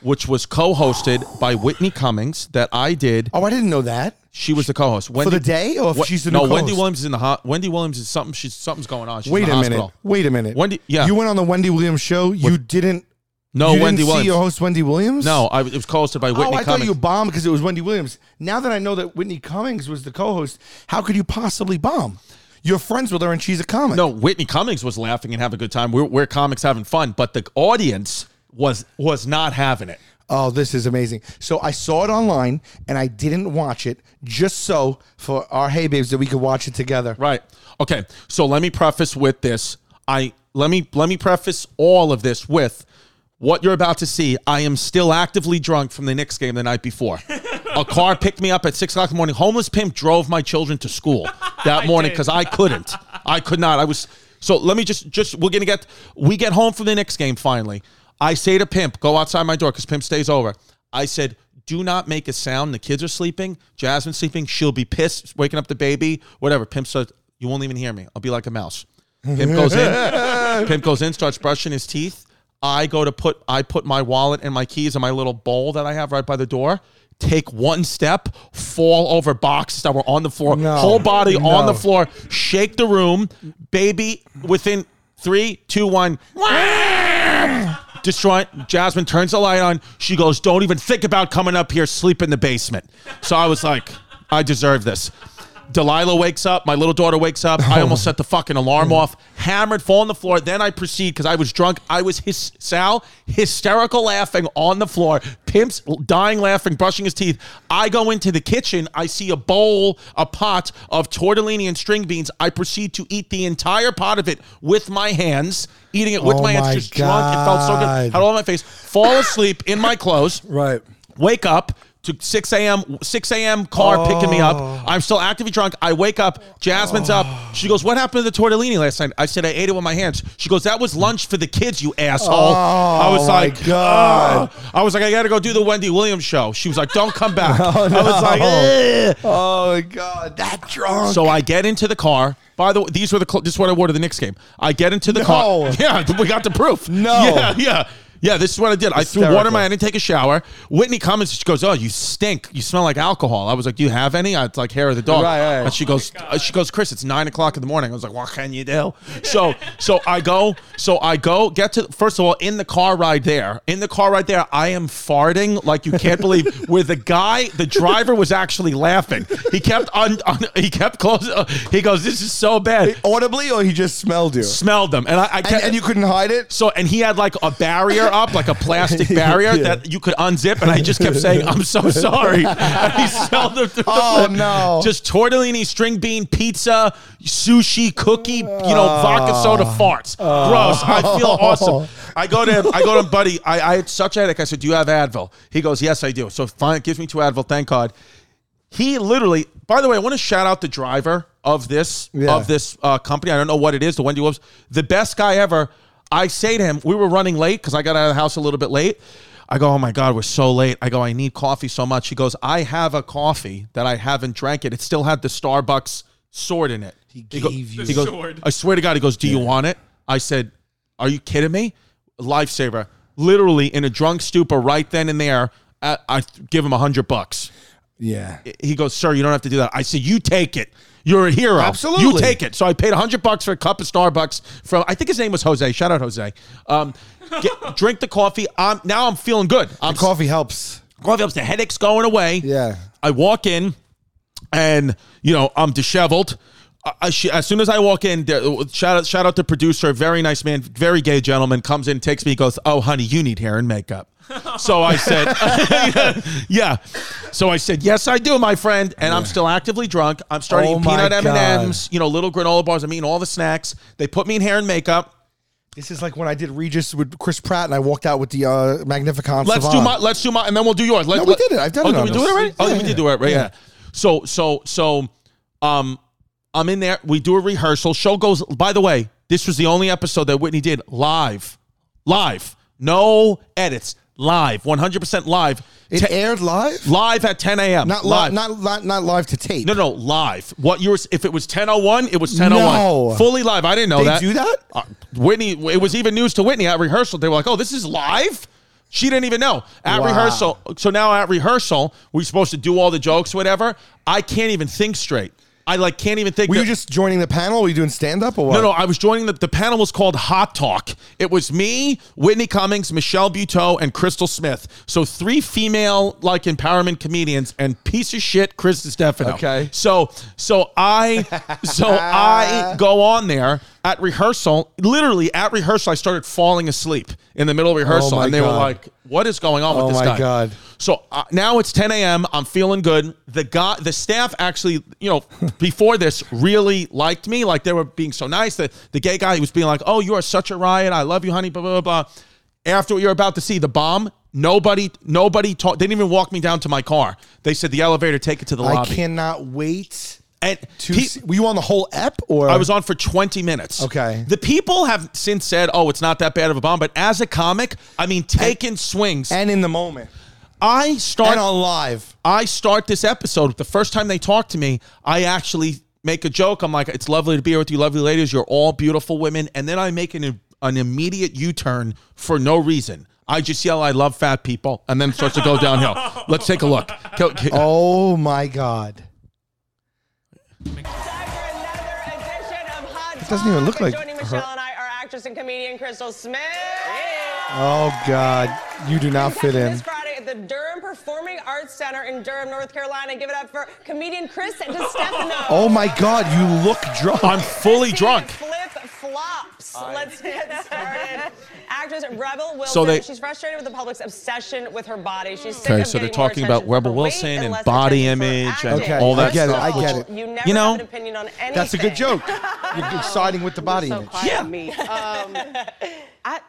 which was co-hosted by Whitney Cummings. That I did. Oh, I didn't know that. She was the co-host Wendy, the day, or if she's the no new Wendy co-host? Williams is in the hot. Wendy Williams is something. She's something's going on. She's Wait in the a hospital. minute. Wait a minute. Wendy- yeah. You went on the Wendy Williams show. You didn't. No you didn't Wendy see Williams. your host Wendy Williams. no, I, it was co-hosted by Whitney oh, I Cummings. thought you bombed because it was Wendy Williams. Now that I know that Whitney Cummings was the co-host, how could you possibly bomb? You're friends with her and she's a comic. No, Whitney Cummings was laughing and having a good time. We're, we're comics having fun, but the audience was was not having it. Oh, this is amazing. So I saw it online and I didn't watch it just so for our Hey Babes that we could watch it together. Right. Okay. So let me preface with this. I let me let me preface all of this with what you're about to see. I am still actively drunk from the Knicks game the night before. a car picked me up at six o'clock in the morning. Homeless pimp drove my children to school that morning did. because I couldn't. I could not. I was so let me just just we're gonna get we get home from the Knicks game finally. I say to Pimp, go outside my door because Pimp stays over. I said, do not make a sound. The kids are sleeping. Jasmine's sleeping. She'll be pissed, waking up the baby, whatever. Pimp said, you won't even hear me. I'll be like a mouse. Pimp goes in. Pimp goes in, starts brushing his teeth. I go to put I put my wallet and my keys in my little bowl that I have right by the door. Take one step, fall over boxes that were on the floor, No. whole body on the No. floor, shake the room, baby. Within three, two, one, destroy. Jasmine turns the light on. She goes, "Don't even think about coming up here. Sleep in the basement." So I was like, "I deserve this." Delilah wakes up. My little daughter wakes up. I almost set the fucking alarm off. Hammered, fall on the floor. Then I proceed because I was drunk. I was his Sal hysterical laughing on the floor. Pimps dying laughing, brushing his teeth. I go into the kitchen. I see a bowl, a pot of tortellini and string beans. I proceed to eat the entire pot of it with my hands. Eating it with Oh my hands, my just drunk. It felt so good. God. Had all on my face. Fall asleep in my clothes Right. wake up to 6 a.m. 6 a.m. car picking me up. Oh. I'm still actively drunk. I wake up. Jasmine's up. She goes, "What happened to the tortellini last night?" I said, "I ate it with my hands." She goes, "That was lunch for the kids, you asshole." I was Oh my like, God. "Ugh." I was like, "I got to go do the Wendy Williams show." She was like, "Don't come back." I was like, "Ugh." Oh my God, that drunk. So I get into the car. By the way, these were the cl- this is what I wore to the Knicks game. I get into the car. No. Yeah, we got the proof. No. Yeah, yeah. Yeah, this is what I did. I threw Hysterical. water in my. I didn't take a shower. Whitney comes. She goes, "Oh, you stink. You smell like alcohol." I was like, "Do you have any?" I was like, "Hair of the dog." Right, right. And she goes, uh, "She goes, Chris, it's nine o'clock in the morning." I was like, "What can you do?" So, so I go. So I go. Get to first of all in the car ride there. In the car ride there, I am farting like you can't believe. Where the guy, the driver, was actually laughing. He kept on. on he kept close. Uh, he goes, "This is so bad." audibly, or he just smelled you, Smelled them, and I, I kept, and, and you couldn't hide it. so and he had like a barrier up, like a plastic barrier Yeah. that you could unzip, and I just kept saying, "I'm so sorry." And he sold them through Oh, the flip. no. Just tortellini, string bean, pizza, sushi, cookie, you know, vodka soda Oh. farts. Gross. I feel awesome. I go to him. I go to him, buddy. I, I had such a headache. I said, "Do you have Advil?" He goes, "Yes, I do." So fine, gives me two Advil. Thank God. He literally. By the way, I want to shout out the driver of this Yeah. of this uh, company. I don't know what it is. The Wendy Williams, the best guy ever. I say to him, we were running late because I got out of the house a little bit late. I go, oh my god, we're so late. I go, I need coffee so much. He goes, I have a coffee that I haven't drank it. It still had the Starbucks sword in it. He, gave you- he goes, Sword. I swear to God, he goes, do you want it? I said, are you kidding me? Lifesaver. Literally in a drunk stupor, right then and there, I, I give him a hundred bucks Yeah. he goes, "Sir, you don't have to do that." I said, "You take it. You're a hero. Absolutely. you take it." So I paid hundred bucks for a cup of Starbucks from. I think his name was Jose. Shout out Jose. Um, get- drink the coffee. I'm now I'm feeling good. I'm Coffee helps. coffee helps. The headache's going away. Yeah. I walk in, and you know I'm disheveled. I- I sh- as soon as I walk in, there- shout out, shout out the producer, very nice man, very gay gentleman, comes in, takes me, goes, "Oh, honey, you need hair and makeup." So I said, "Yeah." So I said, "Yes, I do, my friend." And I'm still actively drunk. I'm starting Oh eating peanut my M and M's, you know, little granola bars. I'm eating all the snacks. They put me in hair and makeup. This is like when I did Regis with Chris Pratt, and I walked out with the uh, Magnificon. Let's do Savant. my. Let's do my, and then we'll do yours. Let, No, we let- did it. I've done oh, it Did on we do it this. already? Oh, Yeah, we yeah. did do it right. Yeah. Yeah. So so so, um, I'm in there. We do a rehearsal. Show goes. By the way, this was the only episode that Whitney did live, live, no edits, live, 100 percent live, It Te- aired live, live at 10 a.m. not live, not not not live to tape. No, no, live. What you were? If it was ten oh one, it was ten oh one. No. Fully live. I didn't know They that. do that? Uh, Whitney. It was even news to Whitney at rehearsal. They were like, "Oh, this is live." She didn't even know at Wow. rehearsal. So now at rehearsal, we're supposed to do all the jokes, whatever. I can't even think straight. I like can't even think. Were you that- just joining the panel? Were you doing stand up or what? no, no, I was joining the, the panel was called Hot Talk. It was me, Whitney Cummings, Michelle Buteau, and Crystal Smith. So three female like empowerment comedians and piece of shit Chris Stefano. Okay. So so I so I go on there at rehearsal. Literally at rehearsal, I started falling asleep in the middle of rehearsal, Oh my and they were God. like, "What is going on Oh with this my guy?" God. So uh, now it's 10 a.m. I'm feeling good. The guy, the staff actually, you know, before this really liked me. Like they were being so nice. The, the gay guy was being like, oh, you are such a riot. I love you, honey, blah, blah, blah. blah. After what you're about to see, the bomb, nobody, nobody talked. They didn't even walk me down to my car. They said the elevator, take it to the I lobby. cannot wait and to. pe- see, were you on the whole ep or I was on for 20 minutes. Okay. The people have since said, oh, it's not that bad of a bomb. But as a comic, I mean, taking swings. and in the moment I start and on live? I start this episode, the first time they talk to me, I actually make a joke. I'm like, it's lovely to be here with you, lovely ladies. You're all beautiful women. And then I make an, an immediate U turn for no reason. I just yell, I love fat people. And then it starts to go downhill. Let's take a look. Go- go- Oh my god! It doesn't even look like Joining her. Michelle and I are actress and comedian Crystal Smith. Ah, Oh god, you do not fit in. This Friday at the Durham Performing Arts Center in Durham, North Carolina. Give it up for comedian Chris DeStefano. Oh my god, you look drunk. I'm fully drunk. Flip flops. Let's get started. Actress Rebel Wilson. they- she's frustrated with the public's obsession with her body. She's sick Okay, of so they're getting more talking about attention for Rebel her Wilson weight and less body attention for her image and acting. all that First of stuff. I get it, I all, get it. You never You know, have an opinion on anything. That's a good joke. You're siding with the body so image. quiet Yeah. to me. Um, I,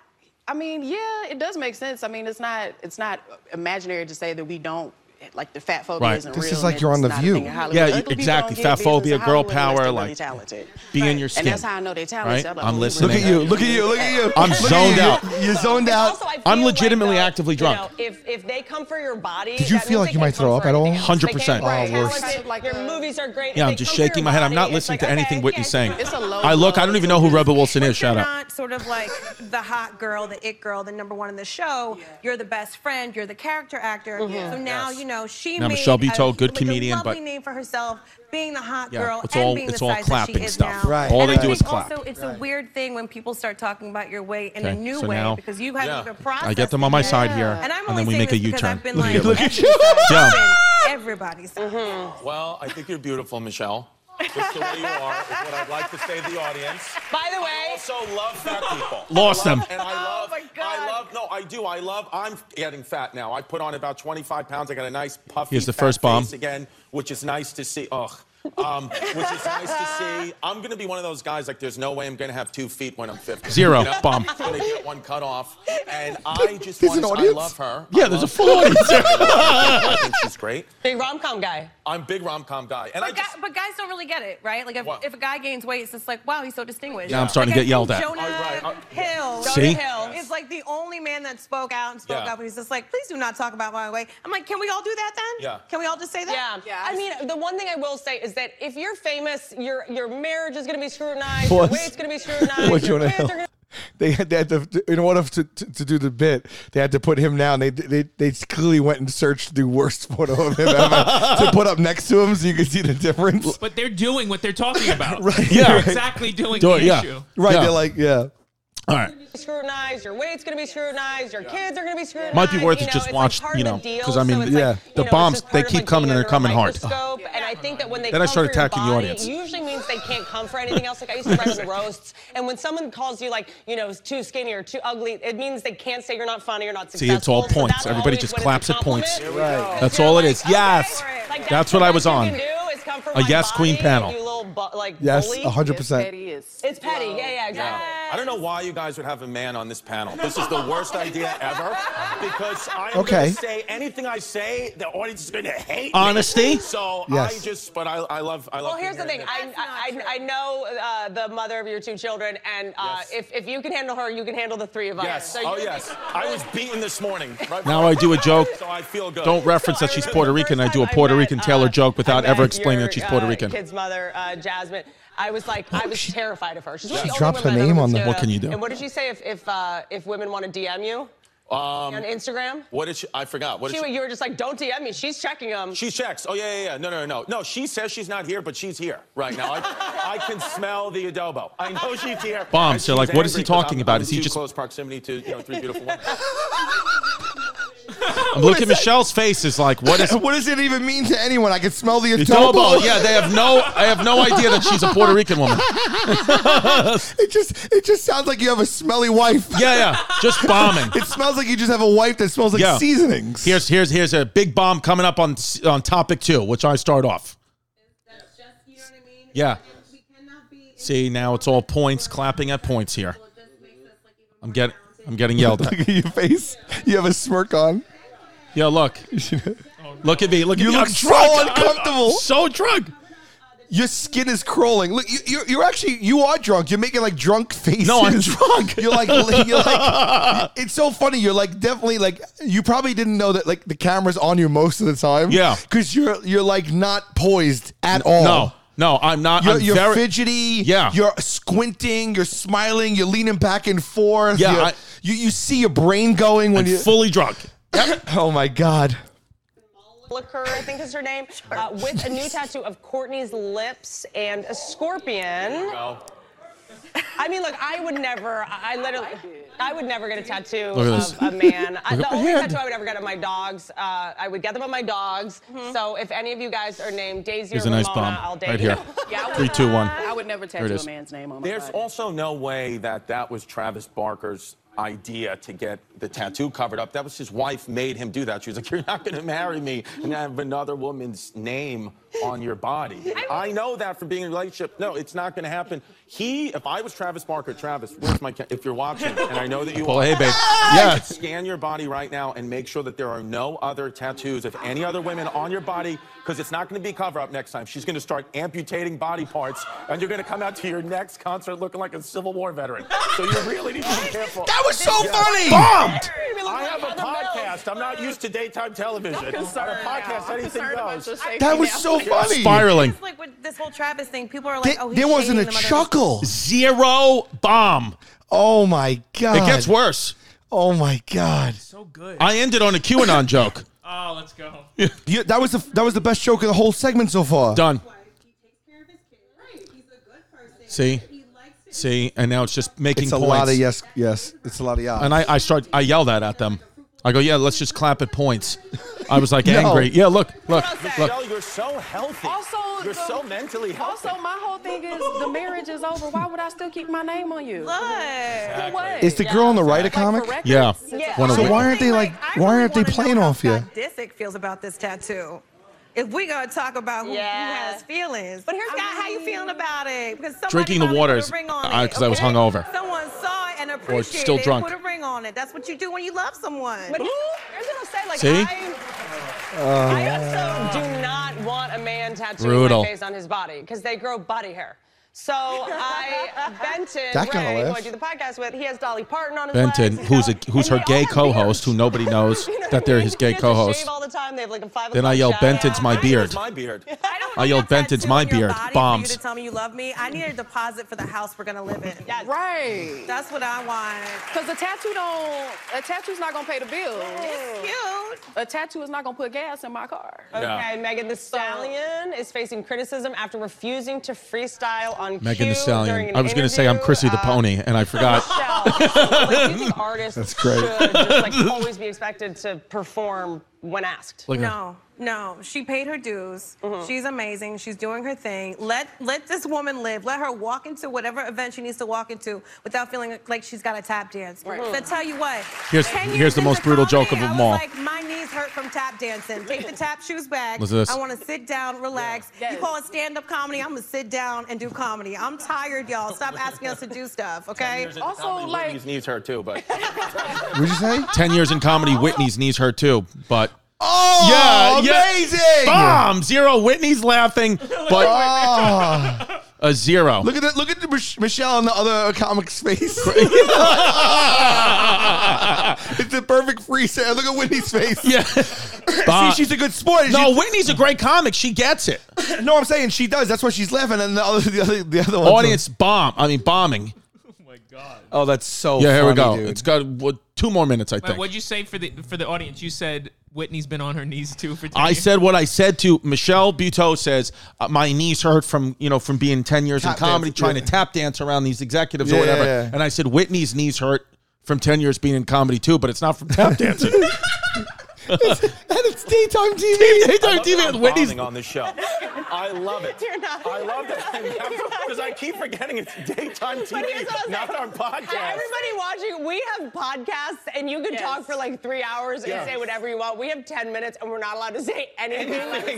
I mean, yeah, it does make sense. I mean, it's not, it's not imaginary to say that we don't like the fat phobia Right. isn't This real. is like and you're on it's The not a View. thing in Hollywood. Yeah, Ugly you- people exactly. don't get fat phobia, business in girl Hollywood unless power, they're like, really talented. be in your skin. And that's how I know they're talented. Right? like, I'm oh, we listening. Look really at you! good. Look at you! Look at you! I'm Look at zoned you. out. You're zoned It's out. also, I I'm feel legitimately though, actively you drunk. know, if if they come for your body, Did you that feel means like you they can might come throw for up at all? anything else. 100%. They can't Oh, write worst. talented, Like your a- movies are great. yeah, If I'm they just come for your shaking my head. I'm body, not it's listening like, to anything okay, Whitney's yeah, saying. It's a low I look, I don't even know who Rebel Wilson is. But Shout you're out. not sort of like the hot girl, the it girl, the number one in the show. You're the best friend. You're the character actor. So now you know she Now made Michelle Buteau, a, good like, comedian, a lovely but- name for herself, being the hot Yeah, girl it's and all- being the it's all size that clapping she is stuff. now. Right. All And they I do is think clap. Also, it's a weird thing when people start talking about your weight in a Okay, new so way now- because you haven't even processed. I get them on my it yet. side here, And I'm and only then we saying make a this because U-turn. I've been Look at like, you. Look exercise Yeah. in everybody's. Well, I think you're beautiful, Michelle. Just the way you are is what I'd like to say to the audience. By the way, Oh also love fat people. Lost I love- him. And I love, my God. I love, no, I do. I love, I'm getting fat now. I put on about 25 pounds. I got a nice puffy Here's the fat first bomb. face again, which is nice to see. Ugh. Um, which is nice to see. I'm going to be one of those guys, like, there's no way I'm going to have two feet when I'm 50. Zero. You know? Bomb. I'm going to get one cut off. And I just There's want to, an I audience? love her. Yeah, I there's a love full her. audience. I think she's great. big rom-com guy. I'm a big rom-com guy. And I But, guy, just, but guys don't really get it, right? Like if, What? if a guy gains weight, it's just like, wow, he's so distinguished. Yeah, I'm starting Like, to get I yelled think at. Jonah All Oh, right, Uh, Hill. Jonah See? Hill. Is like the only man that spoke out and spoke Yeah. up, and he's just like, "Please do not talk about my weight." I'm like, "Can we all do that then? Yeah. Can we all just say Yeah. that?" I mean, the one thing I will say is that if you're famous, your your marriage is going to be scrutinized, Boys. your weight's going to be scrutinized, Boy, your Jonah kids Hill. are going to They had, they had to, in order to, to, to do the bit, they had to put him down. They they, they clearly went and searched the worst photo of him ever to put up next to him so you could see the difference. But they're doing what they're talking about. Right. They're Yeah. exactly doing Do it, the yeah. issue. Right? Yeah. They're like, yeah. all right. be scrutinized, your weight's going to be scrutinized, your kids are going to be scrutinized. Might be worth it you know, just it's watch, like part you of the know, deal, 'cause I mean, so it's yeah. like, the you know, bombs, it's just they part of, keep like, coming and they're being coming under a hard. microscope, And I think that when they Then I come started for your attacking the body, audience. It usually means they can't come for anything else. Like I used to run roasts, and when someone calls you like, you know, too skinny or too ugly, it means they can't say you're not funny, you're not See, successful. it's all so points. that's Everybody always just when it's a claps at points. compliment. Right. That's You're all it like, is. Yes. okay, like, That's what I the was best you on. can do is guys come from A my yes queen body, like, panel. You little bu- like Yes, bully. 100%. Petty is. It's petty. Yeah, yeah, exactly. Yes. I don't know why you guys would have a man on this panel. This is the worst idea ever because I'm Okay. going to say anything I say, the audience is going to hate. Honesty? Me. So Yes. I just, but I, I love, I love. Well, here's the thing. hearing it. I, I, That's not I, I know uh, the mother of your two children, and uh, Yes. if, if you can handle her, you can handle the three of us. Yes. So oh you're- yes. I was beaten this morning. Right Now I do a joke. So I feel good. Don't reference No, I that she's remember Puerto the Rican. I first do a time Puerto met, Rican uh, Taylor joke without I ever met explaining your, that she's Puerto uh, Rican. Oh, Kid's mother, uh, Jasmine. I was like, I was terrified of her. She's one of She the only drops women her I've name ever on the- scared What can of. you do? And what did she say if if uh, if women want to DM you on Um, Instagram? what did she? I forgot. What did She, she? you were just like, don't DM me. She's checking them. She checks. Oh yeah, yeah, yeah. No, no, no, no. She says she's not here, but she's here right now. I, I can smell the adobo. I know she's here. Bombs. and They're she's like, what is he angry 'cause talking I'm- about? I'm Is he too just- close proximity to you know three beautiful women? I'm looking at Michelle's face is like, what is what does it even mean to anyone? I can smell the adobo. Adobo. Yeah, they have no. I have no idea that she's a Puerto Rican woman. It just it just sounds like you have a smelly wife. Yeah, yeah. Just bombing. It smells like you just have a wife that smells like Yeah. seasonings. Here's here's here's a big bomb coming up on on topic two, which I start off. That's just, you know what I mean? Yeah. And we cannot be- See, now it's all points, clapping at points here. It just makes us, like, even I'm more getting talented. I'm getting yelled at. Look at your face. You have a smirk on. Yeah, look, look at me. Look at You me. look I'm so drunk. I'm- uncomfortable. I'm so drunk. Your skin is crawling. Look, you, you're, you're actually you are drunk. You're making like drunk faces. No, I'm drunk. You're like, you're like, it's so funny. You're like definitely like you probably didn't know that like the camera's on you most of the time. Yeah. because you're you're like not poised at all. No, no, I'm not. Oh. You're, I'm you're very, fidgety. Yeah. You're squinting. You're smiling. You're leaning back and forth. Yeah, you're- I- you you see your brain going when I'm you. fully drunk. oh my god. Liquor, I think is her name, uh, with a new tattoo of Courtney's lips and a Oh scorpion. No. I mean, look, I would never, I I literally, I would never get a tattoo Look at this. of a man. I, Look at the my only hand. tattoo I would ever get of my dogs, uh, I would get them of my dogs. So if any of you guys are named Daisy Here's or a nice Ramona, I'll bomb date right you. here. Yeah, I would Three, two, one. I would never it tattoo is. a man's name on my There's body. also no way that that was Travis Barker's idea to get the tattoo covered up. That was his wife made him do that. She was like, "You're not going to marry me and have another woman's name on your body." I know that from being in a relationship. No, it's not going to happen. He, if I was Travis Barker, Travis, where's my? Ca- if you're watching, and I know that you Well, are. hey, babe. I Yeah. could scan your body right now and make sure that there are no other tattoos of any other women on your body because it's not going to be cover up next time. She's going to start amputating body parts and you're going to come out to your next concert looking like a Civil War veteran. So you really need to be careful. That was so Yeah. funny. I have a podcast. I'm not used to daytime television. On a podcast, I'm anything concerned about goes. your safety That was now. so funny. Spiraling. It's like with this whole Travis thing, people are like, There, oh, he's there wasn't a shading the mother- chuckle. Zero bomb. Oh my god. It gets worse. Oh my god. So good. I ended on a QAnon joke. oh, let's go. You, that was the that was the best joke of the whole segment so far. Done. Wife, He takes care of his kid. Right. He's a good person. See? He likes to See, and now it's just making It's a points. lot of yes, yes. It's a lot of yeah. And I, I start, I yell that at them. I go, yeah, let's just clap at points. I was like angry. Yeah, look, look, look. Michelle, you're so healthy. Also, you're the- so mentally healthy. Also, my whole thing is the marriage is over. Why would I still keep my name on you? Look. For what? Is the girl on the right a comic? for records? Yeah. Yeah. One of So the- why aren't they like? I Why really aren't they wanna know playing how off you? Scott Disick feels about this tattoo. If we gonna talk about who, who Yeah. has feelings, But here's Scott, the how you thing. feeling about it? Because somebody Drinking the finally water put a is- ring on I- it, 'cause I was okay? hungover. Someone saw it and appreciated still it, drunk. put a ring on it. That's what you do when you love someone. But here's what I'll say, like, See? I, I also do not want a man tattooing Brutal. my face on his body because they grow body hair. So I, Benton, That kinda Ray, who laugh. I do the podcast with, he has Dolly Parton on his Benton, legs, he's who's a, got- who's and her they all gay have co-host, who beards. nobody knows You know what that I they're mean? his gay He has to co-host. shave all the time. They have like a five Then I o'clock yell, shadow. Benton's my beard. It's my beard. I, don't I yelled want no Benton's tattoo my on your beard. body Bombs. For you to tell me you love me. I need a deposit for the house we're gonna live in. Yes. Right. That's what I want. Because a tattoo don't, a tattoo's not gonna pay the bills. It's cute. A tattoo is not gonna put gas in my car. Okay, Megan the Stallion is facing criticism after refusing to freestyle on Megan Thee cue during Stallion. an I was going to say I'm interview. Chrissy the Uh, Pony, and I forgot. Michelle, like, do you think artists great. should just like always be expected to perform when asked. Look at her. no, no. She paid her dues. She's amazing. She's doing her thing. Let let this woman live. Let her walk into whatever event she needs to walk into without feeling like she's got a tap dance. Right. But tell you what, Here's- 10 here's years the most into brutal joke of comedy, them I all. was like, my knees hurt from tap dancing. Take the tap shoes back. Listen to this. I want to sit down, relax. Yes. You call it stand-up comedy? I'm gonna sit down and do comedy. I'm tired, y'all. Stop asking us to do stuff, okay? Also, Oh, like- Whitney's knees hurt too, but Would you say? Ten years in comedy, Whitney's knees hurt too, but. Oh, yeah. amazing! Bomb zero. Whitney's laughing, but Oh, a zero. look at that! Look at the Mich- Michelle and the other comic's face. it's the perfect freeze. there. Look at Whitney's face. yeah. See, Bomb. she's a good sport. She- no, Whitney's a great comic. She gets it. no, I'm saying she does. That's why she's laughing. And the other, the other, the other one's Audience bomb. I mean bombing. like, oh, that's so. Yeah, here we go. funny, dude. It's got what, two more minutes, I Wait, think. what'd you say for the for the audience? You said Whitney's been on her knees too for. 10 I years. said what I said to Michelle Buteau says uh, my knees hurt from you know from being ten years Tap in comedy dance, trying yeah. to tap dance around these executives Yeah, or whatever, yeah, yeah. and I said Whitney's knees hurt from ten years being in comedy too, but it's not from tap dancing. and it's daytime TV. Daytime TV. I'm Whitney's- bombing on the show. I love it. You're not. I love that because I keep forgetting it's daytime But here's TV, what I'll not say. our podcast. Everybody watching, we have podcasts and you can Yes. talk for like three hours and Yes. say whatever you want. We have 10 minutes and we're not allowed to say anything.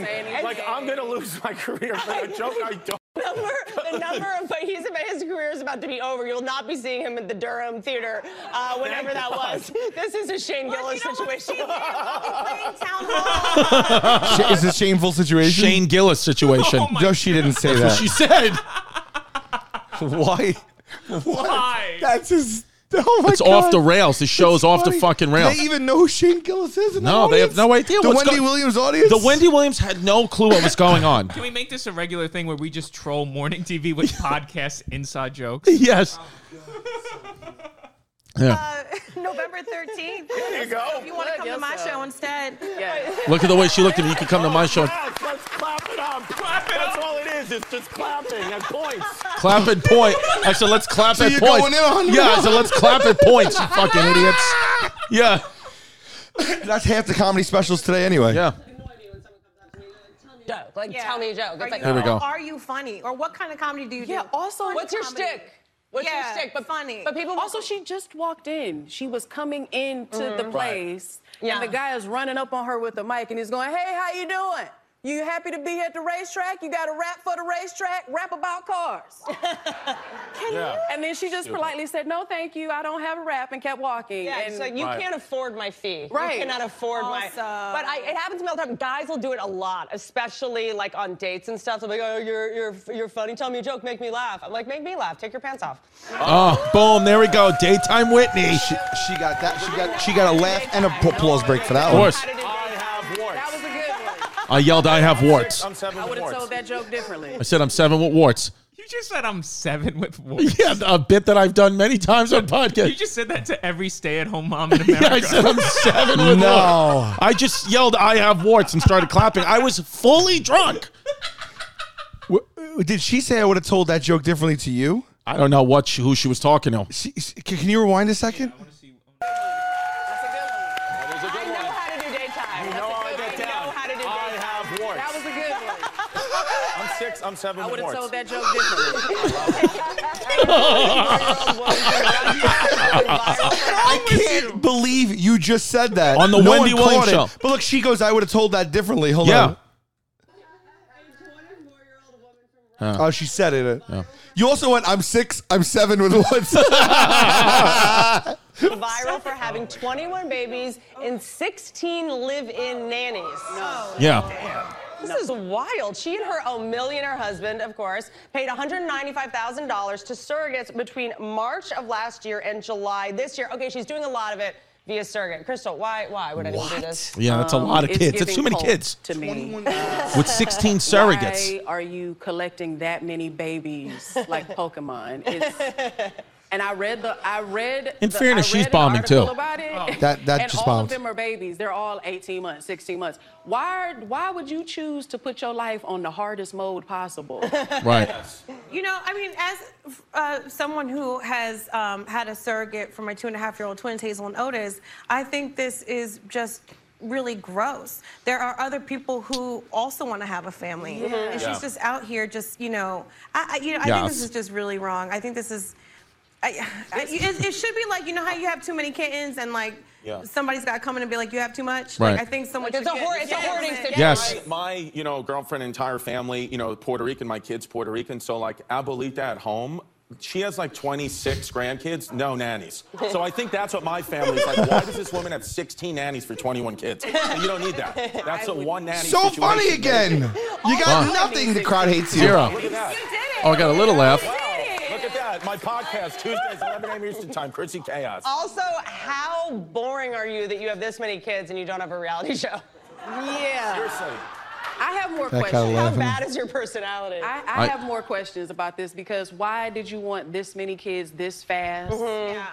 Anything. Like I'm gonna lose my career for a joke I don't. number, the number of, but he's about, his career is about to be over. You'll not be seeing him at the Durham Theater, uh, whenever Thank that was. This is a Shane Well, Gillis you know what? She's situation. there fucking playing town hall. Sh- Is this shameful situation? Shane Gillis situation. Oh my- No, she didn't say That's that. what she said. Why? Why? That's his. Oh my It's God. off the rails. This show's It's off the funny. fucking Do rails. They even know who Shane Gillis is. In No, the they have audience? no idea The what's Wendy go- Williams audience. The Wendy Williams had no clue what was going on. Can we make this a regular thing where we just troll morning TV with podcast inside jokes? yes. Yeah. Uh, November 13th. There you go. If you want to come to my show instead, Look at the way she looked at me. You could come to my show. Yes, let's clap it up. Clap it That's up. all it is. It's just clapping and points. Clap at point. I said, let's clap So at you're points. going in on- yeah, I said, let's clap at points, you fucking idiots. Yeah. That's half the comedy specials today, anyway. Yeah. joke. Like, yeah. tell me a joke. Are It's like, you- There we go. Are you funny? Or what kind of comedy do you do? Yeah, also- what's your Comedy. stick? What's Yeah, your stick? funny. But people Also, she just walked in. She was coming into the place, Mm. Yeah. and the guy is running up on her with a mic, and he's going, "Hey, how you doing? You happy to be at the racetrack? You got a rap for the racetrack? Rap about cars." Can Yeah. you? And then she just politely said, "No, thank you. I don't have a rap," and kept walking. Yeah, and it's like you Right. can't afford my fee. Right. You cannot afford my. Awesome. But I, it happens to me all the time. Guys will do it a lot, especially like on dates and stuff. They'll be like, oh, you're you're you're funny. Tell me a joke. Make me laugh. I'm like, make me laugh. Take your pants off. Oh, boom. There we go. Daytime Whitney. She, she got that. She got. She got a laugh and a p- applause break for that Of one. course. How did it- I have that was warts. a good one. I yelled, I have warts. I'm seven I would have warts. told that joke differently. I said, I'm seven with warts. You just said I'm seven with war. Yeah, a bit that I've done many times on You podcast. just said that to every stay-at-home mom in America. Yeah, I said I'm seven with No. warts. I just yelled, I have warts, and started clapping. I was fully drunk. W- Did she say I would have told that joke differently to you? I don't know what she, who she was talking to. She, she- can can you rewind a second? That's a good one. That was a I good know one. how to do daytime. You know how I get I know down. how to do I daytime. have warts. That was a good one. I'm six. I'm seven I would with have warts. told that joke differently. I can't believe you just said that On the No Wendy one caught Williams it. show. But look, she goes, "I would have told that differently." Hold Yeah. on. Oh, she said it. You also went, "I'm six. I'm seven with warts." Viral for having 21 babies and 16 live-in nannies. Yeah. This is wild. She and her oh, millionaire husband, of course, paid $195,000 to surrogates between March of last year and July this year. Okay, she's doing a lot of it via surrogate. Crystal, why why would anyone do this? Yeah, that's a lot of kids. That's too giving many cult kids. To me. With 16 surrogates. Why are you collecting that many babies like Pokemon? It's- and I read the I read In the- fairness, I she's read an bombing, article too. About it, That- that and just all bombed. of them are babies. They're all 18 months, 16 months. Why are- why would you choose to put your life on the hardest mode possible? Right. You know, I mean, as uh, someone who has um, had a surrogate for my two and a half year old twins, Hazel and Otis, I think this is just really gross. There are other people who also want to have a family, and she's Yeah. just out here, just you know, I, I you know, I think Yes. this is just really wrong. I think this is. I, I, it, it should be like you know how you have too many kittens and like Yeah. somebody's got to come in and be like you have too much. Right. Like I think someone Like, it's should a get- hoard- it's a Yeah. hoarding situation. Yes. My, my, you know, girlfriend, entire family, you know, Puerto Rican. My kids Puerto Rican, so like abuelita at home. She has like 26 grandkids, no nannies. So I think that's what my family's like. Why does this woman have 16 nannies for 21 kids? You don't need that. That's a one nanny. So situation. funny again. You got nothing. The crowd hates you. Zero. Look at that. Oh, I got a little laugh. Wow, Look at that. My podcast, Tuesdays, 11 a.m. Eastern Time, Chrissy Chaos. Also, how boring are you that you have this many kids and you don't have a reality show? Yeah. Seriously. I have more That kind of questions. How laughing. bad is your personality? I, I- I have more questions about this because why did you want this many kids this fast? Yeah.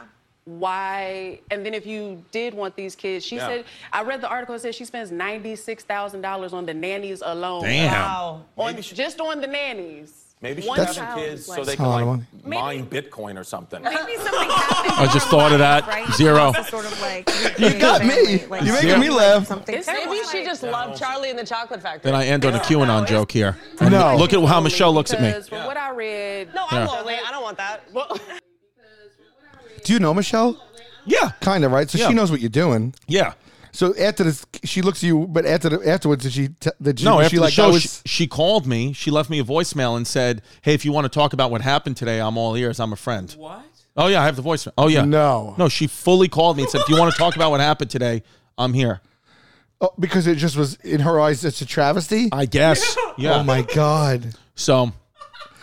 Why? And then if you did want these kids, she Yeah. said, I read the article, it said she spends $96,000 on the nannies alone. wow. Maybe she, Just on the nannies. maybe One she's having child kids is so like- they a can lot like of mine Bitcoin or something. Maybe something I happened. just thought of that. Right? Zero. Also Sort of like You got me. You're making me laugh. Something terrible. Maybe she just loved Charlie and the Chocolate Factory. Then I end on a QAnon joke here. And No. Look at how Michelle looks at me. Because from what I read, no, Oh, I'm lonely. I don't want that. Do you know Michelle? Yeah. Kind of, right? So Yeah. she knows what you're doing. Yeah. So after this, she looks at you, but after the, afterwards, did she? T- did she? No, was after she the like, "Oh, show, I she, was, she called me. She left me a voicemail and said, "Hey, if you want to talk about what happened today, I'm all ears. I'm a friend." What? Oh yeah, I have the voicemail. Oh yeah. No. No, she fully called me and said, "If you want to talk about what happened today, I'm here." oh, because it just was in her eyes. It's a travesty. I guess. Yeah. Oh my god, So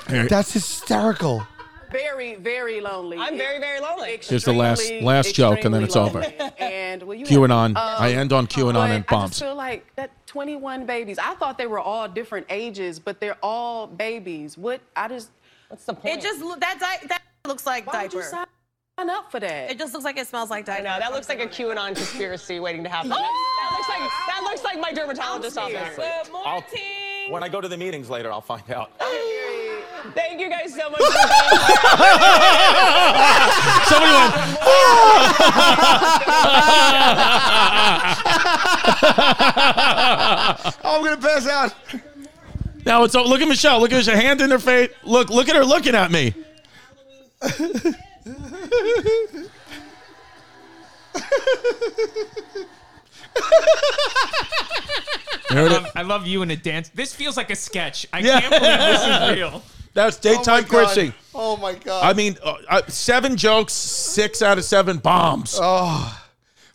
that's hysterical. very, very lonely. I'm very, very lonely. here's the last Extremely, last joke, and then it's over. extremely lonely. And well, you QAnon. have- um, I end on QAnon but and I bombs. just feel like that 21 babies. I thought they were all different ages, but they're all babies. What I just What's the point? It just lo- that di- that looks like why would diaper. you sign up for that? it just looks like it smells like diaper. I know that looks like a QAnon conspiracy waiting to happen. that looks like that looks like my dermatologist office. Good I'll- When I go to the meetings later, I'll find out. Thank you guys so much. For being here. Somebody went. Oh, I'm gonna pass out. Now it's look at Michelle. Look at her hand in her face. Look, look at her looking at me. There it is. I love you in a dance. This feels like a sketch. I Yeah. can't believe this is real. That's Oh daytime my God. Chrissy. Oh my god. I mean, uh, uh, seven jokes, six out of seven bombs. Oh.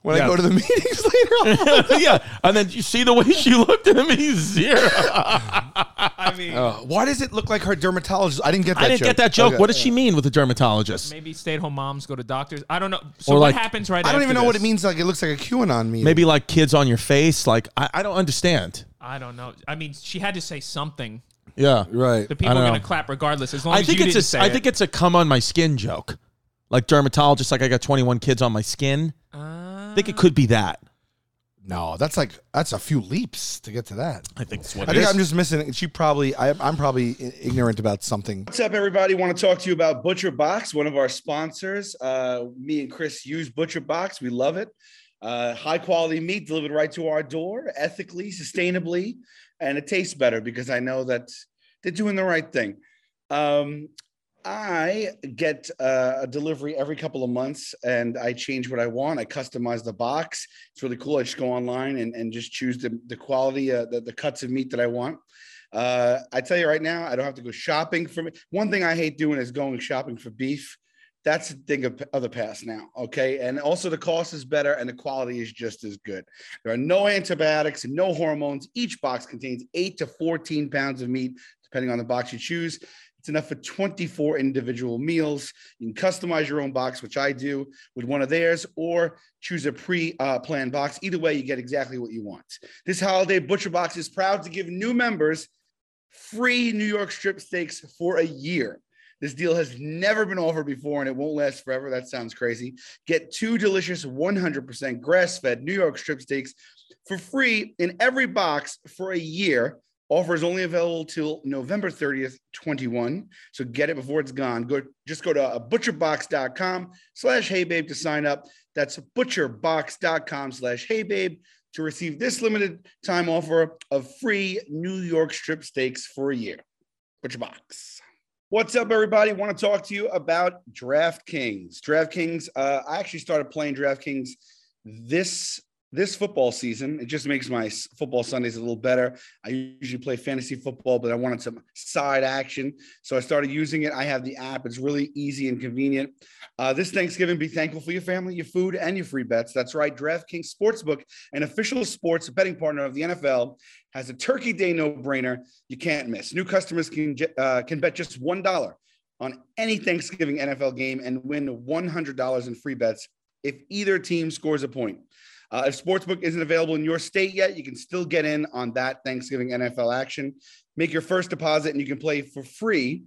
when yeah. I go to the meetings later, on. yeah, and then you see the way she looked at me. Zero. I mean, why does it look like her dermatologist? I didn't get that. I didn't joke. get that joke. Okay. What does she mean with the dermatologist? maybe stay-at-home moms go to doctors. I don't know. Or So what like- happens right? I don't even after know what this? it means. Like it looks like a QAnon meeting. Maybe like kids on your face. Like I, I don't understand. I don't know. I mean, she had to say something. Yeah, Right. The people I are don't gonna know. clap regardless. As long I as think you it's didn't a, say I it. think it's a come on my skin joke, like dermatologist. Like I got 21 kids on my skin. I think it could be that. No, that's like that's a few leaps to get to that. I think it's what I think I'm just missing. She probably. I, I'm probably i- ignorant about something. What's up, everybody? Want to talk to you about Butcher Box, one of our sponsors. Uh, me and Chris use Butcher Box. We love it. Uh, high quality meat delivered right to our door, ethically, sustainably, and it tastes better because I know that they're doing the right thing. Um, I get uh, a delivery every couple of months and I change what I want. I customize the box. It's really cool. I just go online and, and just choose the, the quality, uh, the, the cuts of meat that I want. Uh, I tell you right now, I don't have to go shopping for me. One thing I hate doing is going shopping for beef. That's a thing of, of the past now. Okay. And also, the cost is better and the quality is just as good. There are no antibiotics, no hormones. Each box contains eight to 14 pounds of meat, depending on the box you choose. It's enough for 24 individual meals. You can customize your own box, which I do with one of theirs, or choose a pre uh, planned box. Either way, you get exactly what you want. This holiday, ButcherBox is proud to give new members free New York strip steaks for a year. This deal has never been offered before and it won't last forever. That sounds crazy. Get two delicious 100% grass fed New York strip steaks for free in every box for a year. Offer is only available till November 30th, 21. So get it before it's gone. Go just go to uh, butcherbox.com slash hey babe to sign up. That's butcherbox.com slash hey babe to receive this limited time offer of free New York strip steaks for a year. Butcher Box. What's up, everybody? Want to talk to you about DraftKings. DraftKings. Uh, I actually started playing DraftKings this this football season. It just makes my s- football Sundays a little better. I usually play fantasy football, but I wanted some side action, so I started using it. I have the app. It's really easy and convenient. Uh, this Thanksgiving, be thankful for your family, your food, and your free bets. That's right. DraftKings Sportsbook, an official sports betting partner of the NFL, has a Turkey Day no-brainer you can't miss. New customers can ju- uh, can bet just one dollar on any Thanksgiving NFL game and win one hundred dollars in free bets if either team scores a point. Uh, if sportsbook isn't available in your state yet, you can still get in on that Thanksgiving NFL action. Make your first deposit and you can play for free